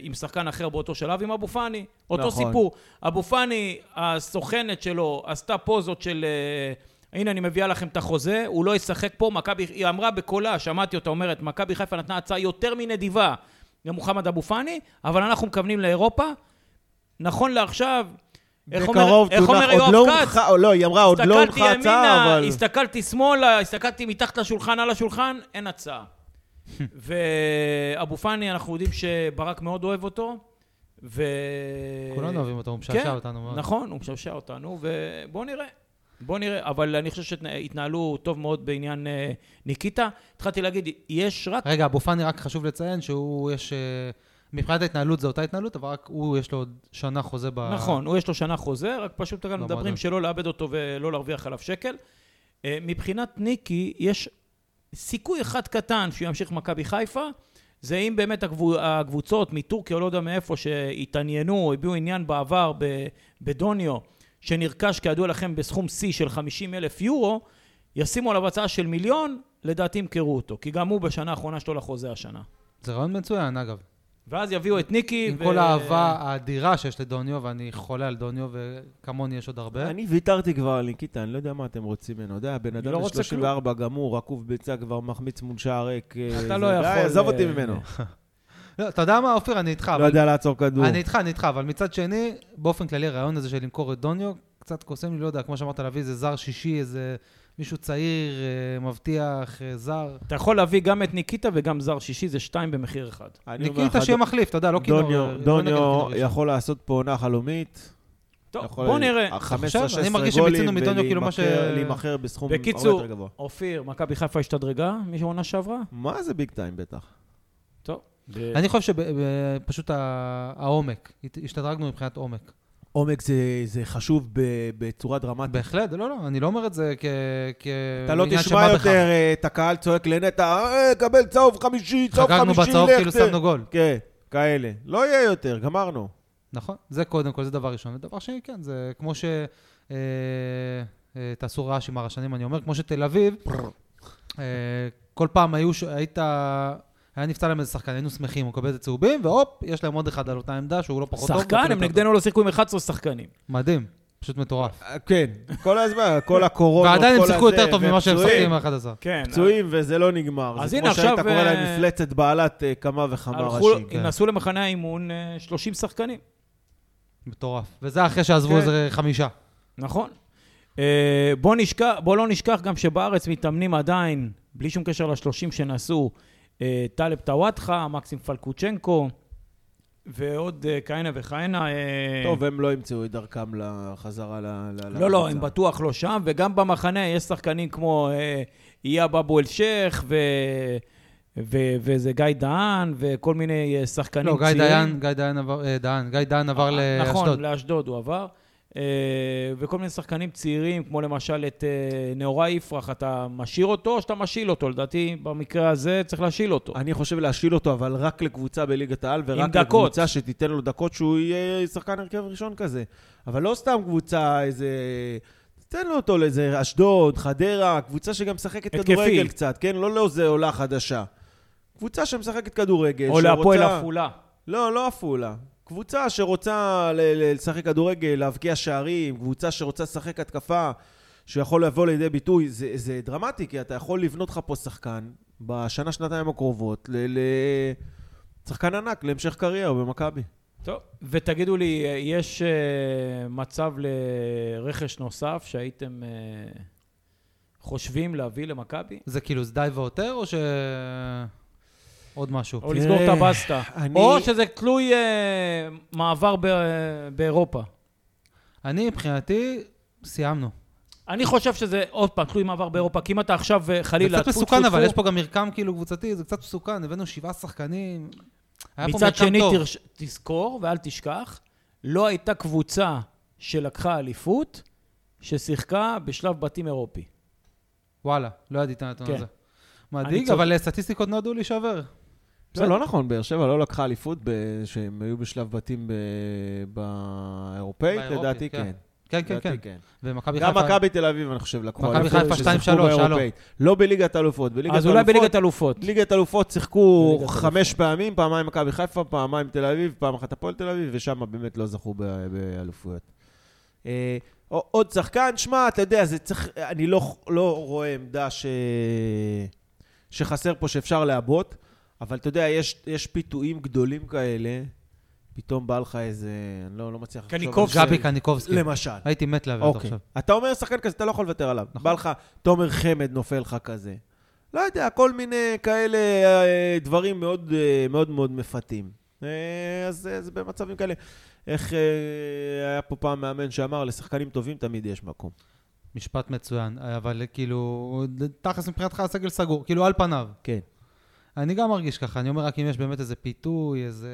עם שחקן אחר באותו שלב, עם אבו פאני. אותו נכון. סיפור. אבו פאני, הסוכנת שלו, עשתה פוזות של... אה, הנה, אני מביאה לכם את החוזה, הוא לא ישחק פה, מכבי, היא אמרה בקולה, שמעתי אותה אומרת, מכבי חיפה נתנה הצעה יותר מנדיבה למוחמד אבו פאני, אבל אנחנו מכוונים לאירופה. נכון לעכשיו, איך אומר- בקרוב איך אומר תונח, עוד יואב לא כץ? הונחה, או לא, היא אמרה, עוד לא הסתכלתי הונחה הצעה, ימינה, אבל... הסתכלתי שמאלה, הסתכלתי מתחת לשולחן, על השולחן, אין הצעה. ואבו פאני, אנחנו יודעים שברק מאוד אוהב אותו, ו... כולנו אוהבים אותו, הוא משעשע כן, אותנו מאוד. נכון, הוא משעשע אותנו, ובואו נראה. בואו נראה, אבל אני חושב שהתנהלו טוב מאוד בעניין אה, ניקיטה. התחלתי להגיד, יש רק... רגע, אבו פאני, רק חשוב לציין שהוא, יש... אה, מבחינת ההתנהלות זו אותה התנהלות, אבל רק הוא, יש לו עוד שנה חוזה ב... נכון, הוא יש לו שנה חוזה, רק פשוט כאן במועדון. מדברים שלא לאבד אותו ולא להרוויח עליו שקל. אה, מבחינת ניקי, יש סיכוי אחד קטן שהוא ימשיך מכבי חיפה, זה אם באמת הקבו- הקבוצות מטורקיה, או לא יודע מאיפה, שהתעניינו או הביעו עניין בעבר ב- בדוניו, שנרכש כידוע לכם בסכום שיא של 50 אלף יורו, ישימו עליו הצעה של מיליון, לדעתי ימכרו אותו, כי גם הוא בשנה האחרונה שלו לחוזה השנה. זה רעיון מצוין, אגב. ואז יביאו את ניקי. עם כל האהבה האדירה שיש לדוניו, ואני חולה על דוניו, וכמוני יש עוד הרבה. אני ויתרתי כבר על ניקיטה, אני לא יודע מה אתם רוצים ממנו. יודע, הבן אדם לא יש רוצה 34 גמור, רקוב ביצה כבר מחמיץ מול שער ריק. אה, אתה זה- לא די, יכול, עזוב אה, אותי ממנו. לא, אתה יודע מה, אופיר, אני איתך. לא אבל- יודע לעצור כדור. אני איתך, אני איתך, אבל מצד שני, באופן כללי, הרעיון הזה של למכור את דוניו, קצת קוסם לי, לא יודע, כמו שאמרת, להביא איזה זר שישי, איזה מישהו צעיר, אה, מבטיח, אה, זר. אתה יכול להביא גם את ניקיטה וגם זר שישי, זה שתיים במחיר אחד. אני אומר ניקיטה לך, שיהיה מחליף, אתה יודע, לא כינור. דוניו- אה, לא נגד דוניו כינור ראשון. יכול לעשות פה עונה חלומית. טוב, יכול בוא נראה. ה- 15-16 עכשיו, אני מרגיש גולים שמיצינו מדוניו כאילו מה ש- ולהימכר- להימכר בסכום הרבה בקיצור, יותר גבוה. אופיר, מכבי חיפה השתדרגה משעונה שעברה? מה זה ביג טיים בטח? טוב. אני חושב שפשוט העומק, הת- השתדרגנו מבחינת עומק. עומק זה- זה חשוב ב- בצורה דרמטית. בהחלט, לא, לא, אני לא אומר את זה כ... כ- אתה לא עניין תשמע שבא בך. יותר אה, את הקהל צועק לנטע, "אה, קבל צהוב חמישי, צהוב חגגנו חמישי, בצהוב לך כאילו זה." שמנו גול. כן, כאלה. לא יהיה יותר, גמרנו. נכון, זה קודם כל, זה דבר ראשון. ודבר שני, כן, זה כמו ש... אה, אה, תעשו רעש עם הרעשנים, אני אומר, כמו שתל אביב, אה, כל פעם היו, ש- היית... היה נפצע להם איזה שחקן, היינו שמחים, הוא מקבל את הצהובים, והופ, יש להם עוד אחד על אותה עמדה שהוא לא פחות טוב. שחקן, מקבל הם אותו. נגדנו לא שיחקו עם 11 שחקנים. מדהים, פשוט מטורף. אה, כן, כל הזמן, כל הקורונה, ועדיין הם כל שיחקו הזה, יותר טוב ממה שהם ופצועים, משחקים עם ה-11. כן. פצועים וזה לא נגמר. אז זה הנה, כמו שהיית עכשיו, קורא אה, להם מפלצת בעלת אה, כמה וכמה ראשים. כן. נסעו למחנה האימון אה, 30 שחקנים, מטורף. וזה אחרי שעזבו כן. איזה חמישה. נכון? אה, בוא נשכח- בוא לא נשכח גם שבארץ מתאמנים עדיין, בלי שום קשר ל-30 שנסעו, אה, טלב טוואטחה, מקסים פלקוצ'נקו, ועוד אה, כהנה וכהנה. אה, טוב, הם לא ימצאו את דרכם לחזרה ל... ל- לקבוצה. לא, לא, הם בטוח לא שם, וגם במחנה יש שחקנים כמו אה, איאב אבו אלשיך, ו... ו- וזה גיא דהן, וכל מיני אה, שחקנים לא, גיא צעירים. דיין, גיא דיין עבר, אה, דהן, גיא דיין עבר לאשדוד. נכון, לאשדוד הוא עבר. אה, וכל מיני שחקנים צעירים, כמו למשל את אה, נאורה יפרח, אתה משאיר אותו או שאתה משיל אותו? לדעתי, במקרה הזה צריך להשיל אותו. אני חושב להשיל אותו, אבל רק לקבוצה בליגת העל, עם ורק דקות. לקבוצה שתיתן לו דקות שהוא יהיה שחקן הרכב ראשון כזה. אבל לא סתם קבוצה, איזה... תן לו אותו לאיזה אשדוד, חדרה, קבוצה שגם משחקת התקפי. כדורגל קצת, כן? לא לאיזה עולה חדשה. קבוצה שמשחקת כדורגל, או שרוצה- להפועל עפולה. לא, לא עפולה. קבוצה שרוצה ל- ל- לשחק כדורגל, להבקיע שערים, קבוצה שרוצה לשחק התקפה, שיכול לבוא לידי ביטוי, זה, זה דרמטי, כי אתה יכול לבנות לך פה שחקן בשנה, שנתיים הקרובות, ל... ל... שחקן ענק להמשך קריירה במכבי. טוב, ותגידו לי, אה, יש אה, מצב לרכש נוסף שהייתם אה, חושבים להביא למכבי? זה כאילו, זה די ועותר, או ש... עוד משהו. או לסגור את הבסטה. אני- או שזה תלוי אה, מעבר ב- באירופה. אני מבחינתי, סיימנו. אני חושב שזה עוד פעם תלוי מעבר באירופה, כי אם אתה עכשיו אה, זה חלילה... קצת טפו, מסוכן, טפו, אבל טפו, יש פה גם מרקם כאילו קבוצתי, זה קצת מסוכן, הבאנו שבעה שחקנים. היה פה מצד מרקם שני, טוב. תרש... תזכור ואל תשכח, לא הייתה קבוצה שלקחה אליפות ששיחקה בשלב בתים אירופי. וואלה, לא ידעתי את הנתון כן. הזה. אני מדאיג, צודק. אבל אה, סטטיסטיקות נועדו להישבר. כן, זה לא נכון, באר שבע לא לקחה אליפות ב- שהם היו בשלב בתים ב- באירופאית, באירופית, לדעתי כן. כן. כן, כן, לדעתי כן. ומכבי חיפה... גם מכבי תל אביב, אני חושב, לקחו מכבי אליפות חיפה ששיחקו 2-3, שלום. באירופאית. לא בליגת אלופות. אז אולי בליגת אלופות. ליגת אלופות שיחקו בליגת חמש פעמים, פעמיים מכבי חיפה, פעמיים תל אביב, פעם אחת הפועל תל אביב, ושם באמת לא זכו ב- באלופויות. אה, ע- עוד שחקן, שמע, אתה יודע, זה צריך, אני לא, לא רואה עמדה ש... שחסר פה שאפשר לעבות, אבל אתה יודע, יש, יש פיתויים גדולים כאלה, פתאום בא לך איזה, אני לא, לא מצליח לחשוב על קניקובסקי. שם. גבי קניקובסקי. למשל. הייתי מת להביא אותו אוקיי. עכשיו. אתה אומר שחקן כזה, אתה לא יכול לוותר עליו. בא לך, תומר חמד נופל לך כזה. לא יודע, כל מיני כאלה אה, דברים מאוד אה, מאוד, מאוד מפתים. אה, אז אה, זה במצבים כאלה. איך אה, היה פה פעם מאמן שאמר, לשחקנים טובים תמיד יש מקום. משפט מצוין, אבל כאילו, תכלס מבחינתך הסגל סגור, כאילו על פניו. כן. אני גם מרגיש ככה, אני אומר רק אם יש באמת איזה פיתוי, איזה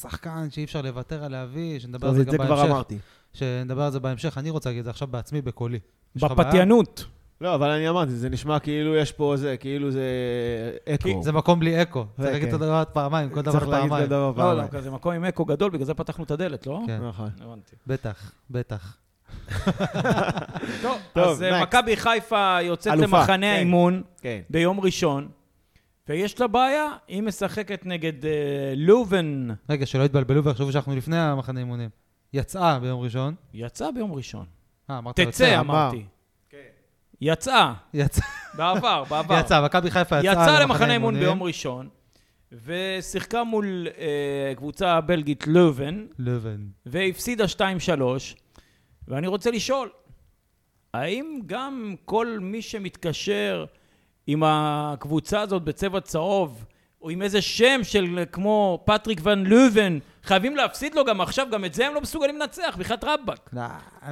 שחקן שאי אפשר לוותר על להביא, שנדבר על טוב, זה את גם זה כבר בהמשך. אמרתי. שנדבר על זה בהמשך, אני רוצה להגיד את זה עכשיו בעצמי, בקולי. יש לך בעיה? בפתיינות. לא, אבל אני אמרתי, זה נשמע כאילו יש פה זה, כאילו זה אקו. זה מקום בלי אקו. זה צריך להגיד כן. את הדבר פעמיים, כל דבר צריך להגיד פעמיים. כל דבר לא, לא, פעמיים. כזה מקום עם אקו גדול, בגלל זה פתחנו את הדלת, לא? כן, נכון. הבנתי. בטח, בטח. טוב, טוב, אז אה, next. מכבי חיפה יוצאת אלופה, למחנה כן. האימון כן. ביום ראשון, ויש לה בעיה, היא משחקת נגד אה, לובן. רגע, שלא יתבלבלו ויחשבו שאנחנו לפני המחנה אימונים. יצאה ביום ראשון. יצאה ביום ראשון. אה, אמרת תצא, יוצאה. אמרתי. יצאה, יצאה, בעבר, בעבר. יצאה, מכבי חיפה יצאה. יצאה למחנה למחנה אה? אימון אימונים. ביום ראשון, ושיחקה מול אה, קבוצה בלגית לובן, לובן. והפסידה 2-3, ואני רוצה לשאול, האם גם כל מי שמתקשר עם הקבוצה הזאת בצבע צהוב, או עם איזה שם של כמו פטריק ון לובן, חייבים להפסיד לו גם עכשיו, גם את זה הם לא מסוגלים לנצח, בחייאת רבאק. לא,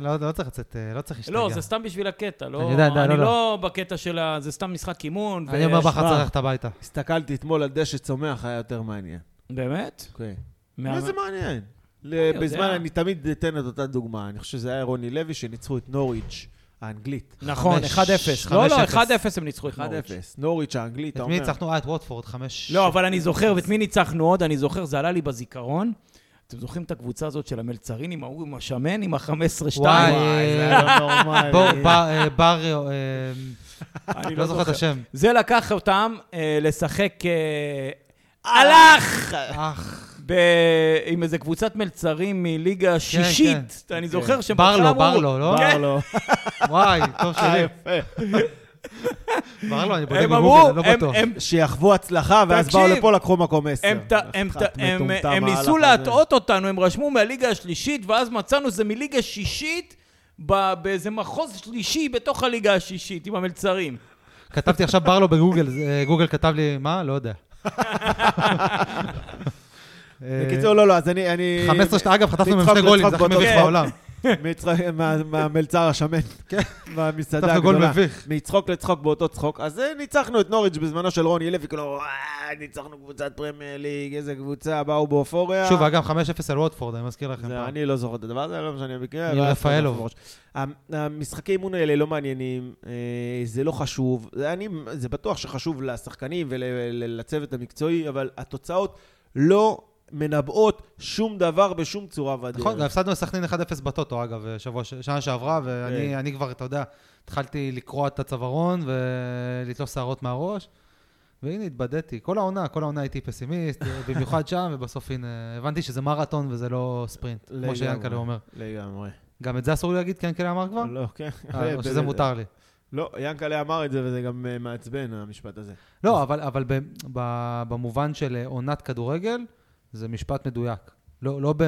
לא לא צריך לצאת, אה, לא צריך להשתגע. לא, זה סתם בשביל הקטע, לא... אני יודע, לא, אני לא, לא. לא בקטע של ה... זה סתם משחק אימון. אני אומר ויש- בכר צריך ללכת הביתה. הסתכלתי אתמול על דשא צומח, היה יותר מעניין. באמת? כן. מה- מה זה מעניין? ל- יודע. בזמן, אני תמיד אתן את אותה דוגמה. אני חושב שזה היה רוני לוי שניצחו את נוריץ' האנגלית. נכון, 1-0. חמש- לא, לא, 5-0. 1-0 הם ניצחו את 1-0. נוריץ'. נוריץ' האנגלית, את אתה מי אומר. ניצחנו? אה, את ווטפורד, חמש... לא, אבל אני זוכר, ואת מי ניצחנו עוד? אני זוכר, זה עלה לי בזיכרון. אתם זוכרים את הקבוצה הזאת של המלצרינים, ההוא עם השמן, עם ה-15-2? וואי, וואי, זה היה לא נורמלי. בור- בר- אה, בר... אה, אני לא זוכר את השם. זה לקח אותם אה, לשחק... אה, הלך! אח, ב- עם איזה קבוצת מלצרים מליגה שישית. אני זוכר שהם ברלו, בהתחלה אמרו- כן, ברלו, לא? כן. ברלו. וואי, טוב אה, שלי. יפה. ברלו, אני בודק הם אמרו, בגוגל, אני לא הם- בטוח. הם- שיחבו הצלחה, ואז תקשיב. באו לפה, לקחו מקום 10. הם ת- הם ת- הם- הם ניסו להטעות אותנו, הם רשמו מהליגה השלישית, ואז מצאנו זה מליגה שישית, ב- באיזה מחוז שלישי בתוך הליגה השישית, עם המלצרים. כתבתי עכשיו ברלו בגוגל, אה, גוגל כתב לי, מה? לא יודע. אה, בקיצור, לא, לא, אז אני... אני- 15 שנה, אגב, חטפנו מהם נדחק, שני גולים, זה נדחק הכי מביך באותו- בעולם. מצחוק- מה- מהמלצר השמן. כן. מהמסעדה חטפנו גול הגדולה. מביך. מצחוק לצחוק באותו צחוק. אז אה, ניצחנו את נוריץ' בזמנו של רוני לוי, כאילו, "וואי, ניצחנו קבוצת פרמייר ליג, איזה קבוצה, באו באופוריה. שוב, אגב, 5-0 על ווטפורד, אני מזכיר לכם. אה. זה- פעם. אני לא זוכר את הדבר הזה, לא משנה במקרה. עם אבל- לא רפאלוב. המ- המשחקי אימון האלה לא מעניינים, אה, זה לא חשוב. זה אני- זה בטוח שחשוב לשחקנים ולצוות המקצועי, אבל התוצאות לא מנבאות שום דבר בשום צורה בדרך. נכון, גם הפסדנו לסכנין 1-0 בטוטו, אגב, אה, שבוע, ש- שנה שעברה, ואני כן. אני כבר, אתה יודע, התחלתי לקרוע את הצווארון ולתלוש שערות מהראש, והנה התבדיתי. כל העונה, כל העונה הייתי פסימיסט, אה, במיוחד שם, ובסוף הנה, הבנתי שזה מרתון וזה לא ספרינט, כמו לגמרי. שיאנקל'ה אומר. לגמרי. גם את זה אסור לי להגיד, כי ינקלה אמר כבר? לא, כן. אה, או שזה מותר לי. לא, ינקלה אמר את זה, וזה גם אה, מעצבן, המשפט הזה. לא, אבל, אבל ב, ב, במובן של אה, עונת כדורגל, זה משפט מדויק. לא, לא, ב,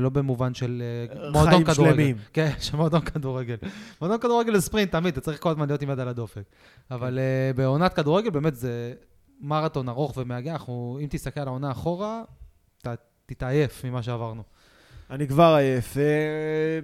לא במובן של אה, חיים מועדון כדורגל. שלמים. כן, של מועדון כדורגל. מועדון כן. כדורגל זה ספרינט תמיד, אתה צריך כל הזמן להיות עם יד על הדופק. אבל אה, בעונת כדורגל באמת זה מרתון ארוך ומאגע, אנחנו, אם תסתכל על העונה אחורה, אתה תתעייף ממה שעברנו. אני כבר עייף. אה,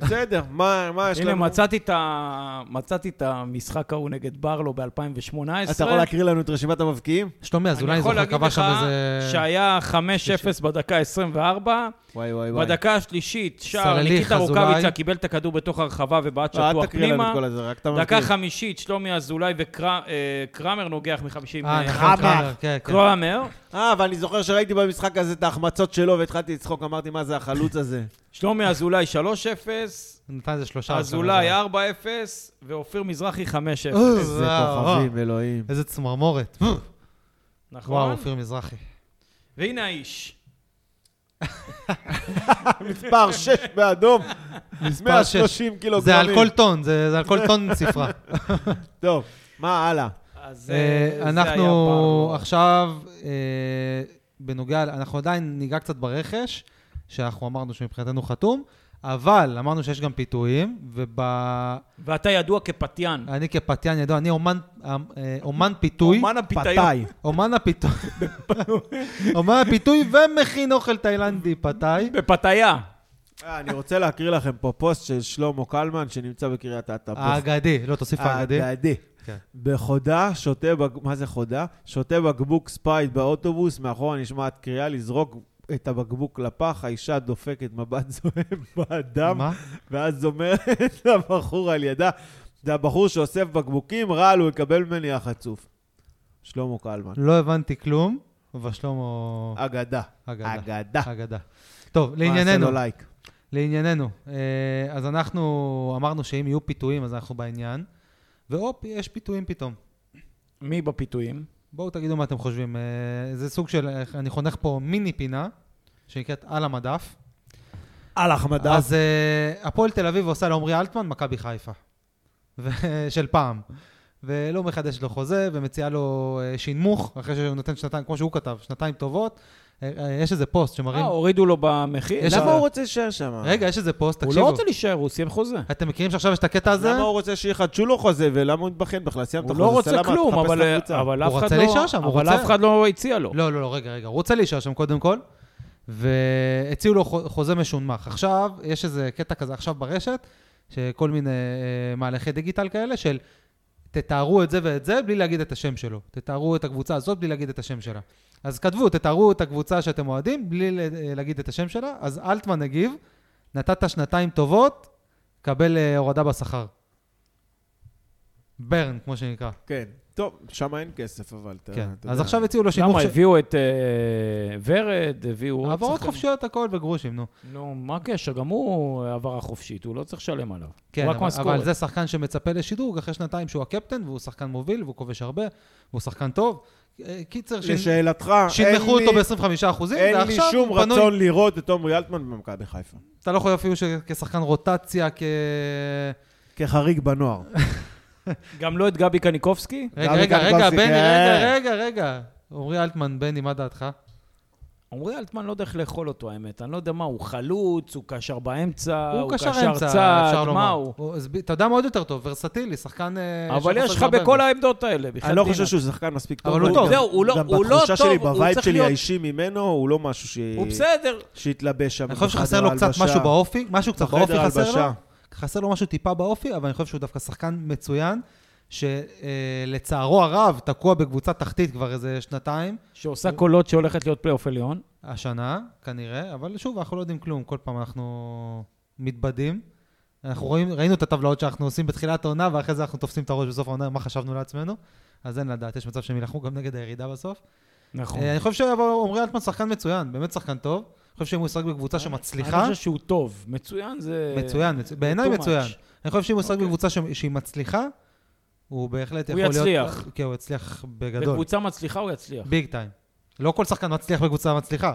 בסדר, מה מה יש לנו? הנה, מצאתי את ה- מצאתי את המשחק ההוא נגד ברלו ב-2018. אתה יכול להקריא לנו את רשימת המבקיעים? שלומי אזולאי זוכר כבש שם איזה... שהיה 5-0 בדקה 24, וואי וואי וואי. בדקה השלישית, שער סלליך, ניקיטה אזולאי. רוקאביצה קיבל את הכדור בתוך הרחבה ובעט אה, שטוח אל תקריא לנו את פנימה. כל הזה, רק את דקה המבקיעים. חמישית, שלומי אזולאי וקרמר נוגח מ-50 אה, מטר. נכון, קרמר, כן, כן. קרמר. אה, אבל אני זוכר שראיתי במשחק הזה את ההחמצות שלו והתחלתי לצחוק, אמרתי, מה זה החלוץ הזה? שלומי אזולאי 3-0, נתן איזה שלושה... אזולאי שלושה. 4-0 ואופיר מזרחי 5-0. אה, איזה וואו, כוכבים, וואו. אלוהים. איזה צמרמורת. וואו, נכון? אופיר מזרחי. והנה האיש. מספר 6 באדום, מספר שש. 130 קילוגרמים. זה על כל טון, זה זה על כל טון ספרה. טוב, מה הלאה? אז אה, אה, זה היה אנחנו פעם. עכשיו, אה, בנוגע, ל- אנחנו עדיין ניגע קצת ברכש, שאנחנו אמרנו שמבחינתנו חתום, אבל אמרנו שיש גם פיתויים, ואני ואתה ידוע כפתיין. כפתיין ידוע, אני אומן, אה, אה, אומן פיתוי, אומן הפיתיון. פתאי. אומן הפיתוי, אומן הפיתוי ומכין אוכל תאילנדי פתאי. בפתיה. אה, אני רוצה להקריא לכם פה פוסט של שלמה קלמן, שנמצא בקריית אתא. האגדי, לא תוסיף האגדי. האגדי. כן. אה, בחודה, שותה, בג... מה זה חודה? שותה בקבוק ספייט באוטובוס, מאחורה נשמעת קריאה לזרוק את הבקבוק לפח, האישה דופקת מבט זוהם באדם, מה? ואז אומרת לבחור על ידה, זה הבחור שאוסף בקבוקים, רעל הוא יקבל ממני החצוף. שלמה קלמן. לא הבנתי כלום, אבל שלמה אגדה. אגדה. אגדה. אגדה. טוב, מה, עשה לענייננו. לו לייק. לענייננו, אה, אז אנחנו אמרנו שאם יהיו פיתויים אז אנחנו בעניין, והופ, יש פיתויים פתאום. מי בפיתויים? בואו תגידו מה אתם חושבים. אה, זה סוג של, אה, אני חונך פה מיני פינה, שנקראת על המדף. על החמדה. אז אה, הפועל תל אביב עושה לעומרי אלטמן מכבי חיפה. ו- של פעם. ולא מחדשת לו חוזה, ומציעה לו אה, שינמוך, אחרי שהוא נותן שנתיים, כמו שהוא כתב, שנתיים טובות. אה, אה, יש איזה פוסט אה, שמראים... הורידו לו במחיר? יש למה אבל- הוא רוצה להישאר שם? רגע, יש איזה פוסט, הוא לא תקשיבו. רוצה להישאר, הוא סיים חוזה. אתם מכירים שעכשיו יש את הקטע הזה? למה הוא רוצה שיחדשו לו חוזה, ולמה הוא מתבכיין בכלל? סיימת הוא חוזה, לא רוצה סלמה, כלום, תחפש אבל את הקבוצה. אבל הוא אף אחד רצה לא... להישאר שם, הוא אבל רוצה. אף אחד לא הציע לו. לא, לא, לא, רגע, רגע, הוא רוצה להישאר שם קודם כל, והציעו לו חו- חוזה משונמך. עכשיו, יש איזה קטע כזה עכשיו ברשת, שכל מיני אה, מהלכי דיגיטל כאלה, של תתארו את זה ואת זה בלי להגיד את השם שלו. תתארו את הקבוצה הזאת בלי להגיד את השם שלה. אז כתבו, תתארו את הקבוצה שאתם אוהדים בלי ל- אה, להגיד את השם שלה, אז אלטמן הגיב, נתת שנתיים טובות, קבל אה, הורדה בשכר. ברן, כמו שנקרא. כן. טוב, שם אין כסף, אבל אתה כן. אתה אז יודע. עכשיו הציעו לו שימוך למה, של... הביאו את אה, ורד, הביאו... עוד העברות שחקנים. חופשיות הכל וגרושים, נו. נו, מה הקשר? גם הוא העברה חופשית, הוא לא צריך לשלם עליו. כן, הוא רק אבל, משכורת. אבל זה שחקן שמצפה לשדרוג אחרי שנתיים שהוא הקפטן, והוא שחקן מוביל, והוא כובש הרבה, והוא שחקן טוב. אה, קיצר, שינ- לשאלתך, אין שינמכו אותו לי- ב-25 אחוזים, אין לי שום רצון לראות את עומרי אלטמן במכבי חיפה. אתה לא יכול אפילו ש- כשחקן רוטציה, כ... כחריג בנוער. גם לא את גבי קניקובסקי? רגע, דוד רגע, רגע, קרקובסקי, בני, כן. רגע, רגע, רגע. עמרי אלטמן, בני, מה דעתך? אה, עמרי אלטמן לא יודע איך לאכול אותו, האמת. אני לא יודע מה, הוא חלוץ, הוא קשר באמצע, הוא קשר אמצע, צד, אפשר לומר. מה הוא? אז ב- אתה יודע מה עוד יותר טוב, ורסטילי, שחקן... אה, אבל שיכול יש לך לשחק בכל הרבה. העמדות האלה, בחייאת אני לא דינא. חושב שהוא שחקן מספיק טוב. אבל הוא טוב. זהו, הוא לא- גם הוא לא בתחושה טוב, שלי, הוא בבית צריך שלי להיות- האישי ממנו, הוא לא משהו ש... הוא בסדר. שהתלבש שם. אני חושב בחדר שחסר לו קצת ההלבשה. משהו באופי, משהו קצת בחדר באופי חסר ההלבשה. לו. חסר לו משהו טיפה באופי, אבל אני חושב שהוא דווקא שחקן מצוין, שלצערו הרב תקוע בקבוצה תחתית כבר איזה שנתיים שעושה קולות שהולכת להיות פלייאוף עליון. השנה, כנראה, אבל שוב, אנחנו לא יודעים כלום, כל פעם אנחנו מתבדים. אנחנו רואים, ראינו את הטבלאות שאנחנו עושים בתחילת העונה, ואחרי זה אנחנו תופסים את הראש בסוף העונה, מה חשבנו לעצמנו. אז אין לדעת, יש מצב שהם יילחמו גם נגד הירידה בסוף. נכון. אה, אני חושב שעמרי אלטמן שחקן מצוין, באמת שחקן טוב. אני חושב שאם הוא ישחק בקבוצה שמצליחה... אה, אני חושב שהוא טוב. מצוין זה... מצוין, מצו- בעיניי too much. מצוין. אני חושב שאם הוא אוקיי. משחק בקבוצה ש- שהיא מצליחה, הוא בהחלט הוא יכול להיות... יצליח. כן, הוא יצליח בגדול. בקבוצה מצליחה הוא יצליח. ביג טיים. לא כל שחקן מצליח בקבוצה מצליחה.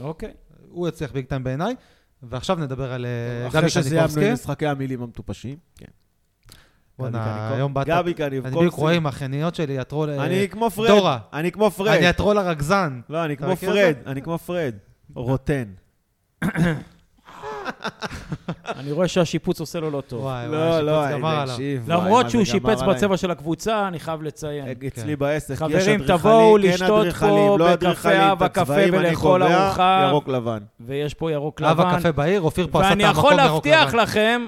אוקיי. הוא יצליח ביג טיים בעיניי. ועכשיו נדבר על אה, גבי אחרי שסיימנו עם קניקובסקי. משחקי המילים המטופשים. כן. גבי בואנה, קניקוב- היום באת... גבי אני קניקובסקי. בדיוק רואה עם האחייניות שלי, הטרול... אה, אני כמו פרד. דורה. אני כמו פרד. אני הטרול הרגזן. לא, אני אתה כמו מכיר את פרד. אני כמו פרד. רוטן. אני רואה שהשיפוץ עושה לו לא טוב. וואי, וואי, לא, לא, השיפוץ גמר עליו. תקשיב. וואי, למרות מה שהוא זה גמר שיפץ עליי. בצבע של הקבוצה, אני חייב אה, לציין. אצלי בעסק יש חברים, אדריכלים, תבואו כן לשתות פה אדריכלים, לא אדריכלים, בקפה, את אבא קפה הצבעים אני ולאכול קובע, ארוחה. ירוק לבן. ויש פה ירוק קלב לבן. הקפה בעיר, אופיר פה עשה את ואני המקום יכול ירוק לבן. להבטיח לכם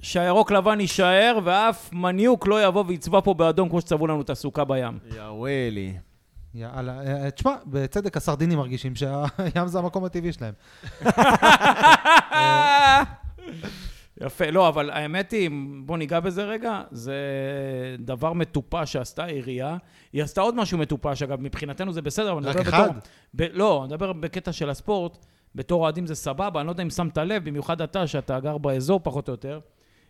שהירוק לבן יישאר, ואף מניוק לא יבוא ויצבע פה באדום כמו שצבעו לנו את הסוכה בים. יא ווילי. יאללה, אה, אה, תשמע, בצדק הסרדינים מרגישים שהים זה המקום הטבעי שלהם. יפה, לא, אבל האמת היא, בוא ניגע בזה רגע, זה דבר מטופש שעשתה העירייה. היא עשתה עוד משהו מטופש, אגב, מבחינתנו זה בסדר, אבל אני רק מדבר אחד? בתור... ב... לא, אני מדבר בקטע של הספורט, בתור אוהדים זה סבבה, אני לא יודע אם שמת לב, במיוחד אתה, שאתה גר באזור פחות או יותר.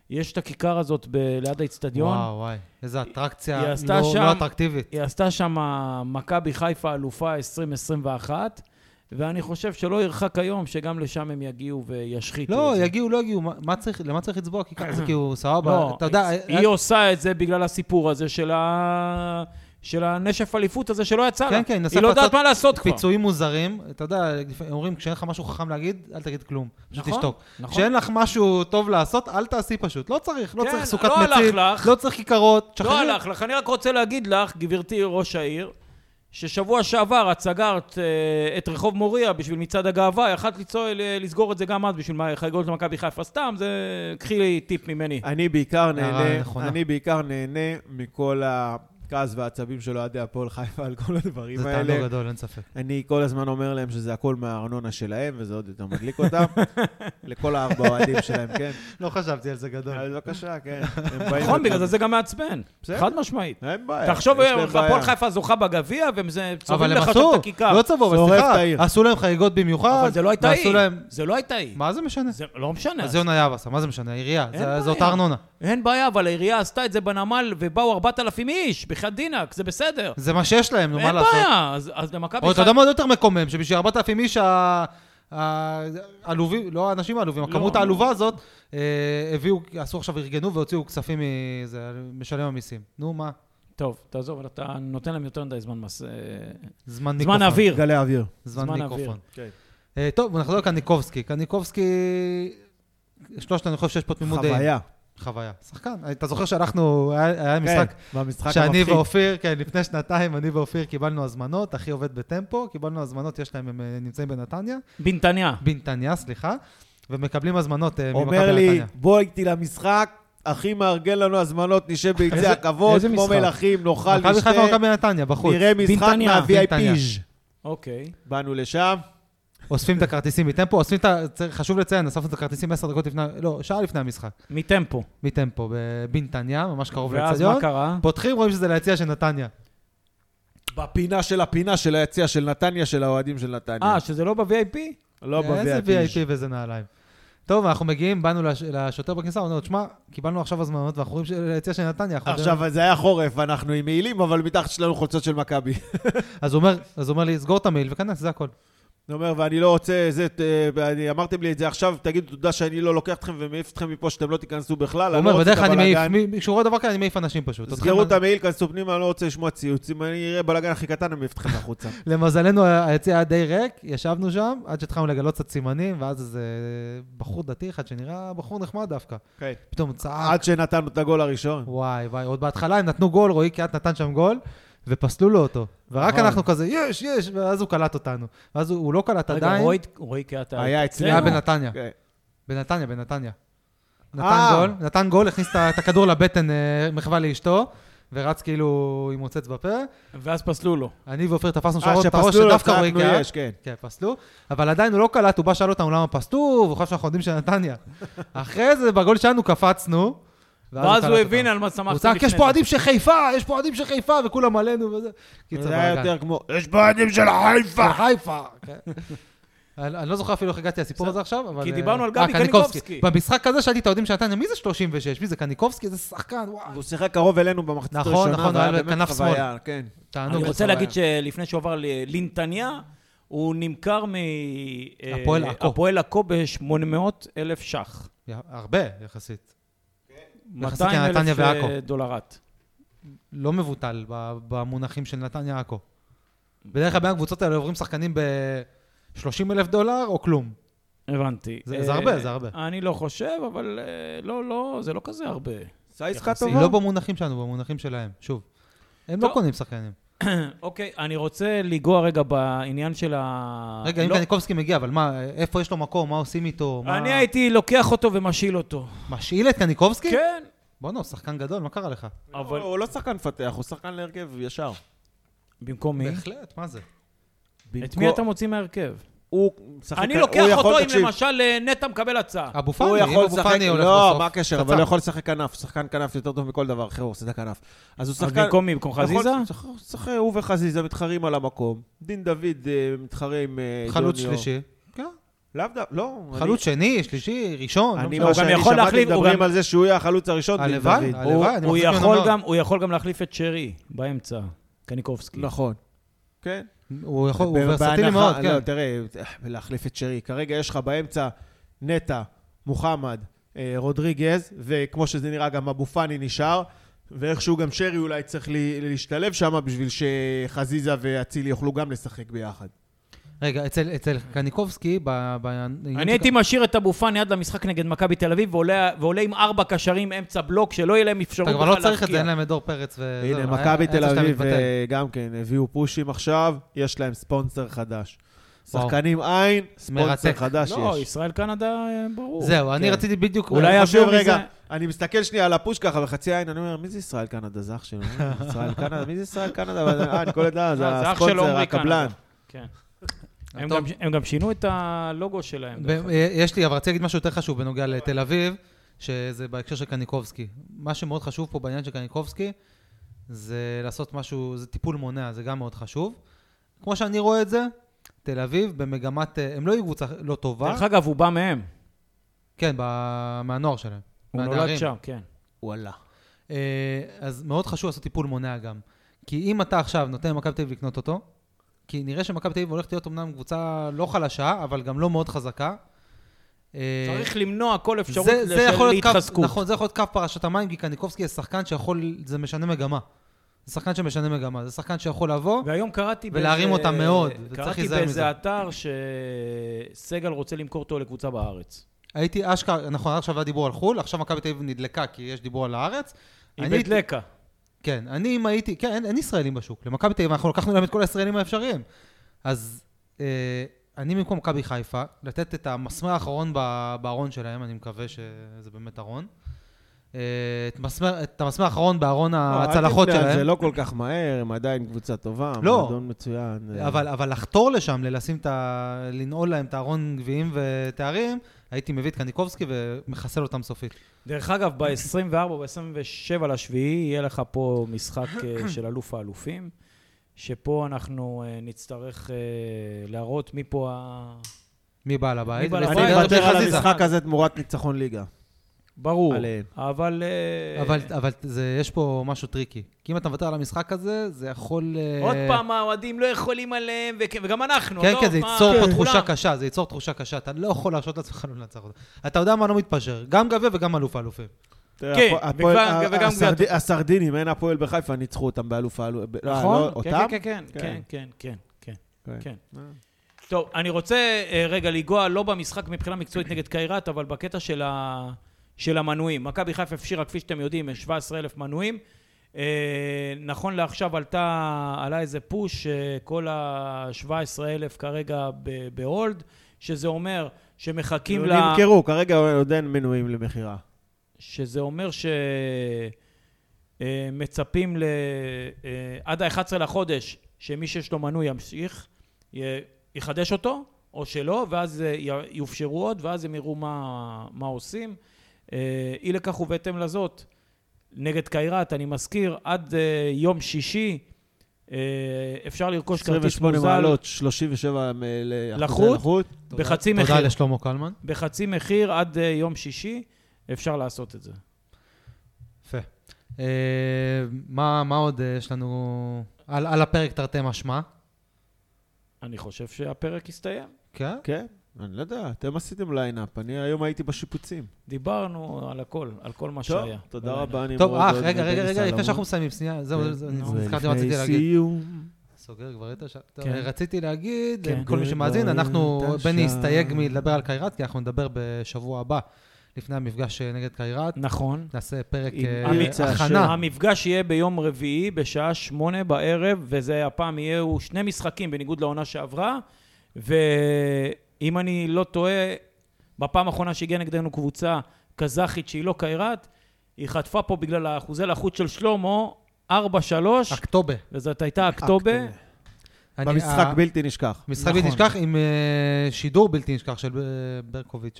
יש את הכיכר הזאת ב... ליד האיצטדיון. וואו, וואי, איזה אטרקציה היא עשתה לא- שם- לא אטרקטיבית. היא עשתה שם מכבי חיפה אלופה 2021, ואני חושב שלא ירחק היום שגם לשם הם יגיעו וישחיתו לא, את זה. יגיעו, לא יגיעו, מה- מה צריך- למה צריך לצבוע? כי ככה זה כאילו, סבבה, לא, אתה יודע... היא אה, עושה את זה בגלל הסיפור הזה של ה... של הנשף אליפות הזה שלא יצא לה. כן, כן, היא היא מנסה לא יודעת לעשות מה לעשות כבר. פיצויים מוזרים, אתה יודע, לפעמים אומרים, כשאין לך משהו חכם להגיד, אל תגיד כלום, פשוט נכון, תשתוק. נכון. כשאין לך משהו טוב לעשות, אל תעשי פשוט. לא צריך, לא כן, צריך סוכת לא הלך מציל, לך. לא צריך כיכרות, לא תשחררי. הלך לך, אני רק רוצה להגיד לך, גברתי ראש העיר, ששבוע שעבר את סגרת אה, את רחוב מוריה בשביל מצעד הגאווה, יכלת לצוא- ל- לסגור את זה גם את בשביל מה- חגיגות למכבי חיפה. סתם, זה... קחי לי טיפ ממני. אני בעיקר נהנה, נכונה. אני בעיקר נהנה מכל הכעס והעצבים של אוהדי הפועל חיפה על כל הדברים זה האלה. תענוג גדול, אין ספק. אני כל הזמן אומר להם שזה הכל מהארנונה שלהם, וזה עוד יותר מדליק אותם. לכל הארבע אוהדים שלהם, כן. לא חשבתי על זה גדול. אה, אז בבקשה, כן. הם לא באים נכון, לכאן. בגלל זה זה גם מעצבן. בסדר. חד משמעית. אין אה, בעיה. תחשוב, יש להם הפועל בעיה. חיפה זוכה בגביע, והם זה- צובעים אבל הם לך שם עשו, את הכיכר. לא צבעו, שורף אבל את העיר. סליחה, עשו להם חגיגות במיוחד. אבל זה לא הייתה ועשו היא. להם- זה לא הייתה היא. מה זה משנה? זה לא משנה. אז יונה יהב עשה, מה זה משנה? העירייה, זה- בעיה. זה אותה ארנונה. אין בעיה, אבל העירייה עשתה את זה בנמל, ובאו 4,000 איש, בחייאת דינק, זה בסדר. זה מה שיש להם, נו, מה אין לעשות? בעיה, אז- אז למכבי או אתה חיפה... יודע מה עוד יותר מקומם? שבשביל 4,000 איש ה- ה- העלובים, לא האנשים העלובים, לא. הכמות העלובה הזאת, אה, הביאו, עשו עכשיו, ארגנו והוציאו כספים מזה, משלם המיסים. נו, מה? טוב, תעזוב, אבל אתה נותן להם יותר מדי זמן מס... אה, זמן מיקרופון. זמן אוויר. גלי אוויר. זמן זמן מיקרופון. אוויר. כן. אה, טוב, נחזור לקניקובסקי. קניקובסקי, שלושתנו, אני חושב שיש פה תמימות דעים. חוויה. חוויה. שחקן. אתה זוכר שאנחנו, היה היה משחק כן, במשחק שאני המפחיד. ואופיר, כן, לפני שנתיים, אני ואופיר קיבלנו הזמנות, אחי עובד בטמפו, קיבלנו הזמנות, יש להם, הם אה, נמצאים בנתניה, בנתניה. בנתניה, סליחה, ומקבלים הזמנות אה, ממכבי אומר לי, נתניה. בוא איתי למשחק, אחי מארגן לנו הזמנות, נשב ביצי איזה- הכבוד, איזה כמו משחק? מלכים, נאכל, מכבי חיפה נשתה, ומכבי נתניה, בחוץ. נראה משחק בנתניה, מה-VIP. בנתניה. אוקיי. באנו לשם, אוספים את הכרטיסים מטמפו, אוספים את ה... צריך- חשוב לציין, אספנו את הכרטיסים עשר דקות לפני, לא, שעה לפני המשחק, מטמפו. מטמפו, בנתניה, ממש קרוב ואז מה לאצטדיון. קרה? פותחים, רואים שזה ליציע של נתניה. בפינה של הפינה של היציע של נתניה, של האוהדים של נתניה. אה, שזה לא ב-VIP? לא איזה ב-VIP. VIP ואיזה נעליים. טוב, אנחנו מגיעים, באנו לש- לשוטר בכניסה, אומר לו, תשמע, קיבלנו עכשיו הזמנות, ואנחנו רואים ליציע של נתניה. אנחנו עכשיו, זה היה חורף, אנחנו עם מעילים, אבל מתחת שלנו חולצות של מכבי. אז הוא אומר, אז הוא אומר לי, סגור את המייל וכנס, זה לא, הכל. אני אומר, ואני לא רוצה, זה, ת- ואני- אמרתם לי את זה עכשיו, תגידו תודה שאני לא לוקח אתכם ומעיף אתכם מפה שאתם לא תיכנסו בכלל, הוא אני לא אומר, רוצה את בדרך כלל אני מעיף, הבלאגן. מי- כשהוא רואה דבר כזה, אני מעיף אנשים פשוט. תסגרו את אותם. המעיל, כנסו פנימה, אני לא רוצה לשמוע ציוצים, אני אראה בלאגן הכי קטן, אני מעיף אתכם החוצה. למזלנו, היציע היה די ריק, ישבנו שם, עד שהתחלנו לגלות קצת סימנים, ואז איזה בחור דתי אחד שנראה בחור נחמד דווקא. כן. פתאום צעק, עד שנתנו את הגול הראשון. וואי וואי, עוד בהתחלה הם נתנו גול, רועי קיאט נתן שם גול, ופסלו לו אותו. ורק נכון. אנחנו כזה, יש, יש, ואז הוא קלט אותנו. ואז הוא הוא לא קלט רגע, עדיין, רועי- רועי קהת... היה אצלי. היה בנתניה, כן. בנתניה, בנתניה. נתן אה. גול, נתן גול, הכניס את ה- את הכדור לבטן, אה, מחווה לאשתו, ורץ כאילו עם מוצץ בפה. ואז פסלו לו. אני ואופיר תפסנו אה, שעות את הראש שפסלו לו, שדווקא רועי צעקנו קהת. יש, כן. כן, פסלו, אבל עדיין הוא לא קלט, הוא בא, שאל אותנו למה פסלו, והוא חשב שאנחנו יודעים שנתניה. אחרי זה, בגול שלנו קפצנו, ואז הוא קלט הבין אותנו. על מה שמחתי הוא לפני צעק, זה. יש פה אוהדים של חיפה, יש פה אוהדים של חיפה, וכולם עלינו וזה. קיצר, זה היה בלאגן. יותר כמו, יש פה אוהדים של חיפה! של חיפה. כן. אני אני לא זוכר אפילו איך הגעתי לסיפור הזה עכשיו, אבל... כי אה, דיברנו על אה, גבי קניקובסקי. במשחק הזה שאלתי את האוהדים של נתניה, מי זה 36? מי זה קניקובסקי? איזה שחקן, וואו. הוא שיחק קרוב אלינו במחצית נכון, הראשונה, נכון, והיה הוא היה באמת כנף חוויה, כן. תענוג. אני רוצה איזה להגיד שלפני שהוא עבר ללינטניה, הוא נמכר מ... הפועל אה, עכו. הפועל עכו ב-800 אלף ש"ח. חוויה. הרבה, יחסית. יחסית 200 לנתניה אלף אה, ועכו. דולרת. לא מבוטל ב- במונחים של נתניה עכו. אוקיי. בדרך כלל בין הקבוצות האלה עוברים שחקנים ב-30 אלף דולר או כלום. הבנתי. זה- זה אה, הרבה, זה הרבה. אני לא חושב, אבל אה, לא, לא, זה לא כזה הרבה. סייסקה יחסית. טובה? לא במונחים שלנו, במונחים שלהם, שוב. הם לא טוב. קונים שחקנים. אוקיי, אני רוצה לנגוע רגע בעניין של אה, ה... רגע, אם לא- קניקובסקי מגיע, אבל מה, איפה יש לו מקום, מה עושים איתו? מה- אני הייתי לוקח אותו ומשיל אותו. משאיל את קניקובסקי? כן, בואנה, הוא שחקן גדול, מה קרה לך? אבל... הוא לא שחקן מפתח, הוא שחקן להרכב ישר. במקום מי? בהחלט, מה זה? אה. את מי אתה מוציא מההרכב? הוא משחק... אני הוא לוקח יכול, אותו אם תקשיב, למשל אה, נטע מקבל הצעה. אבו פאני, הוא אם יכול אבו לשחק... פאני הולך בסוף. לא, מה הקשר? אבל קצר. הוא יכול לשחק כנף. שחקן כנף יותר טוב מכל דבר אחר, הוא עושה את הכנף. אז הוא אז שחקן... במקום מי? במקום חזיזה? נכון, שח- שח- הוא וחזיזה מתחרים על המקום. דין דוד אה, מתחרה עם אה, חלוץ דוניו. שלישי. כן. לאו דווקא, לא. אני- חלוץ שני, שלישי, ראשון. לא אני, לא- משנה. מה הוא שאני גם יכול שמעתי להחליף, הוא מדברים גם- על זה שהוא יהיה החלוץ הראשון, דין הלוואי, דוד. הלוואי, אני הוא מחזיק ממנו יכול מאוד. גם- הוא יכול גם להחליף את שרי באמצע, קניקובסקי. לא, נכון. כן. הוא יכול, נכון, הוא ב- ורסטילי בהנחה- מאוד, לא, כן. תראה, אה, להחליף את שרי. כרגע יש לך באמצע נטע, מוחמד, אה, רודריגז, וכמו שזה נראה, גם אבו פאני נשאר, ואיכשהו גם שרי אולי צריך לי- להשתלב שם בשביל שחזיזה ואצילי יוכלו גם לשחק ביחד. רגע, אצל- אצל קניקובסקי, ב- בעניין אני של- הייתי משאיר את אבו פאני עד למשחק נגד מכבי תל אביב, ועולה ועולה עם ארבע קשרים אמצע בלוק, שלא יהיה להם אפשרות אתה בכלל כבר להפקיע. לא צריך את זה, אין להם את דור פרץ לא, וזהו. הנה, אה, היה- מכבי היה צריך תל שאתה אביב מתבטל. אה, גם כן הביאו פושים עכשיו, יש להם ספונסר חדש. וואו. שחקנים אין, ספונסר מרתק. חדש לא, יש. ישראל קנדה, אה, ברור. זהו, אני כן. רציתי בדיוק... אה, אולי אני חושב, יעבירו רגע, מזה- אני מסתכל שנייה על הפוש ככה בחצי עין, אני אומר, מי זה ישראל קנדה? זה אח שלו. ישראל קנדה? מי זה ישראל קנדה? אבל, אה, אני קולט, אה, זה אה, זה אח של הספונסר, עומרי הקבלן. קנדה. כן. הם טוב. גם- הם גם שינו את הלוגו שלהם. דרך ב- אה, יש לי, אבל רציתי להגיד משהו יותר חשוב בנוגע לתל אביב, שזה בהקשר של קניקובסקי. מה שמאוד חשוב פה בעניין של קניקובסקי, זה לעשות משהו, זה טיפול מונע, זה גם מאוד חשוב. כמו שאני רואה את זה, תל אביב במגמת, אה, הם לא יהיו קבוצה לא אגב. טובה. דרך אגב, הוא בא מהם. כן, ב- מהנוער שלהם. הוא נולד מהנערים. שם, כן. וואלה. אה, אז מאוד חשוב לעשות טיפול מונע גם. כי אם אתה עכשיו נותן למכבי תל אביב לקנות אותו, כי נראה שמכבי תל אביב הולכת להיות אמנם קבוצה לא חלשה, אבל גם לא מאוד חזקה. אה, צריך למנוע כל אפשרות זה- זה של יכול להיות קו- להתחזקות. נכון, זה יכול להיות קו פרשת המים, כי קניקובסקי זה שחקן שיכול, זה משנה מגמה. זה שחקן שמשנה מגמה, זה שחקן שיכול לבוא, והיום קראתי ולהרים אותם מאוד, וצריך קראתי להיזהר באיזה מזה. אתר שסגל רוצה למכור אותו לקבוצה בארץ. הייתי אשכרה, נכון, עכשיו היה דיבור על חו"ל, עכשיו מכבי תל אביב נדלקה, כי יש דיבור על הארץ. עם אני בית הייתי- לקה. כן, אני אם הייתי, כן, אין, אין ישראלים בשוק. למכבי תל אביב אנחנו לקחנו להם את כל הישראלים האפשריים. אז אה, אני במקום מכבי חיפה, לתת את המסמר האחרון ב- בארון שלהם, אני מקווה שזה באמת ארון. אה, את, מסמר, את המסמר האחרון בארון הצלחות לא, אל תתנער, אה, שלהם. זה לא כל כך מהר, הם עדיין קבוצה טובה, לא. מועדון מצוין. אה, אבל, אבל לחתור לשם, ללשים את ה... לנעול להם את הארון גביעים ותארים, הייתי מביא את קניקובסקי ומחסל אותם סופית. דרך אגב, ב-24 או ב-27 לשביעי יהיה לך פה משחק אה, של אלוף האלופים, שפה אנחנו אה, נצטרך אה, להראות מי פה ה... מי בעל הבית? מי בעל אני הבית? ונסתדר מוותר על בחזיזה. המשחק הזה תמורת ניצחון ליגה. ברור. עליהם. אבל... אה, אבל, אבל זה, יש פה משהו טריקי. כי אם אתה מוותר על המשחק הזה, זה יכול... אה, עוד פעם, האוהדים לא יכולים עליהם, וכ- וגם אנחנו, כן, לא? כן, זה מה, ייצור פה כולם. תחושה קשה, זה ייצור תחושה קשה. אתה לא יכול להרשות לעצמך לא לנצח אותה. אתה יודע מה, לא מתפשר. גם גביע וגם אלוף האלופים. תראה, כן, הפועל- הפועל- וגם- ה- וגם הסרד- גביע. הסרדינים, אין הפועל בחיפה, ניצחו אותם באלוף האלוף. ב- לא, נכון? לא, אותם? כן, כן, כן, כן, כן. כן, כן, כן. כן. כן. טוב, אני רוצה אה, רגע לנגוע לא במשחק מבחינה מקצועית נגד קיירת, אבל בקטע של, ה... של המנויים. מכבי חיפה הפשירה, כפי שאתם יודעים, 17,000 מנויים. אה, נכון לעכשיו עלתה, עלה איזה פוש, אה, כל ה-17,000 כרגע ב- בהולד, שזה אומר שמחכים ל... נמכרו, כרגע עוד אין מנויים למכירה. שזה אומר ש... אה, מצפים ל... אה, עד ה-11 לחודש, שמי שיש לו מנוי ימשיך, י- יחדש אותו, או שלא, ואז אה, י- יופשרו עוד, ואז הם יראו מה, מה עושים. אה, אי לכך ובהתאם לזאת, נגד קיירת, אני מזכיר, עד אה, יום שישי אה, אפשר לרכוש כרטיס 28 מוזל מעלות, 37 מ- לאחוזי לחות? לחות. בחצי תודה- מחיר. תודה לשלמה קלמן. בחצי מחיר עד אה, יום שישי, אפשר לעשות את זה. יפה. אה, מה מה עוד אה, יש לנו על על הפרק תרתי משמע? אני חושב שהפרק הסתיים. כן? כן, אני לא יודע, אתם עשיתם ליינאפ, אני היום הייתי בשיפוצים. דיברנו על הכל, על כל מה טוב, שהיה. תודה רבה, אני טוב, מאוד אה, אוהד רגע, רגע, בני רגע, לפני סלומון. שאנחנו מסיימים, שנייה, זהו, כן. זה- ולפני נזכרתי מה רציתי להגיד. סיום, סוגר כבר את השעה. כן. רציתי להגיד, כן. כל מי שמאזין, כבר אנחנו, את השעה. בני הסתייג מלדבר על קיירת, כי אנחנו נדבר בשבוע הבא, לפני המפגש אה, נגד קיירת. נכון. נעשה פרק עם אה, עמית המ- יצא הכנה. המפגש יהיה ביום רביעי בשעה שמונה בערב, וזה הפעם יהיו שני משחקים בניגוד לעונה שעברה, ואם אני לא טועה, בפעם האחרונה שהגיעה נגדנו קבוצה קזחית שהיא לא קיירת, היא חטפה פה בגלל האחוזי לחות של שלמה, 4-3, אקטובה. וזאת הייתה אקטובה. אני- אה, במשחק ה- בלתי נשכח. משחק בלתי נשכח עם אה, שידור בלתי נשכח של ב- ברקוביץ'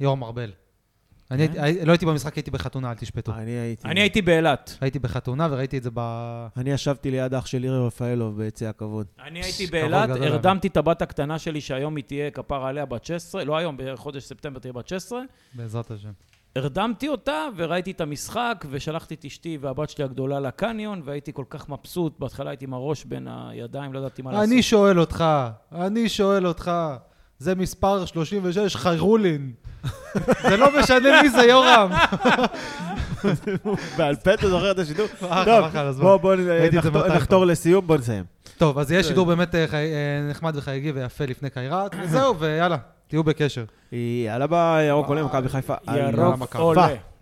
ויורם ארבל. אני הייתי- הי- לא הייתי במשחק, הייתי בחתונה, אל תשפטו. אני הייתי. אני הייתי באילת. הייתי בחתונה וראיתי את זה ב... אני ישבתי ליד אח של אירי רפאלוב ביציע הכבוד. אני פס, הייתי כבוד באילת, גדול הרדמתי את הבת הקטנה שלי, שהיום היא תהיה כפרה עליה בת 16, לא היום, בחודש ספטמבר תהיה בת 16. בעזרת השם. הרדמתי אותה וראיתי את המשחק ושלחתי את אשתי והבת שלי הגדולה לקניון והייתי כל כך מבסוט, בהתחלה הייתי עם הראש בין הידיים, לא ידעתי מה לעשות. אני שואל אותך, אני שואל אותך, זה מספר 36 חיירולין. זה לא משנה מי זה יורם. בעל פה אתה זוכר את השידור? אחלה, אחלה, אז טוב, בואו ראיתי את זה במתי נחתור לסיום, בואו נסיים. טוב, אז יהיה שידור באמת אה, חי- אה, נחמד וחגיגי ויפה לפני קיירת, וזהו, ויאללה, תהיו בקשר. יאללה ביי, ירוק עולה, מכבי חיפה. ירוק מכבי. עולה.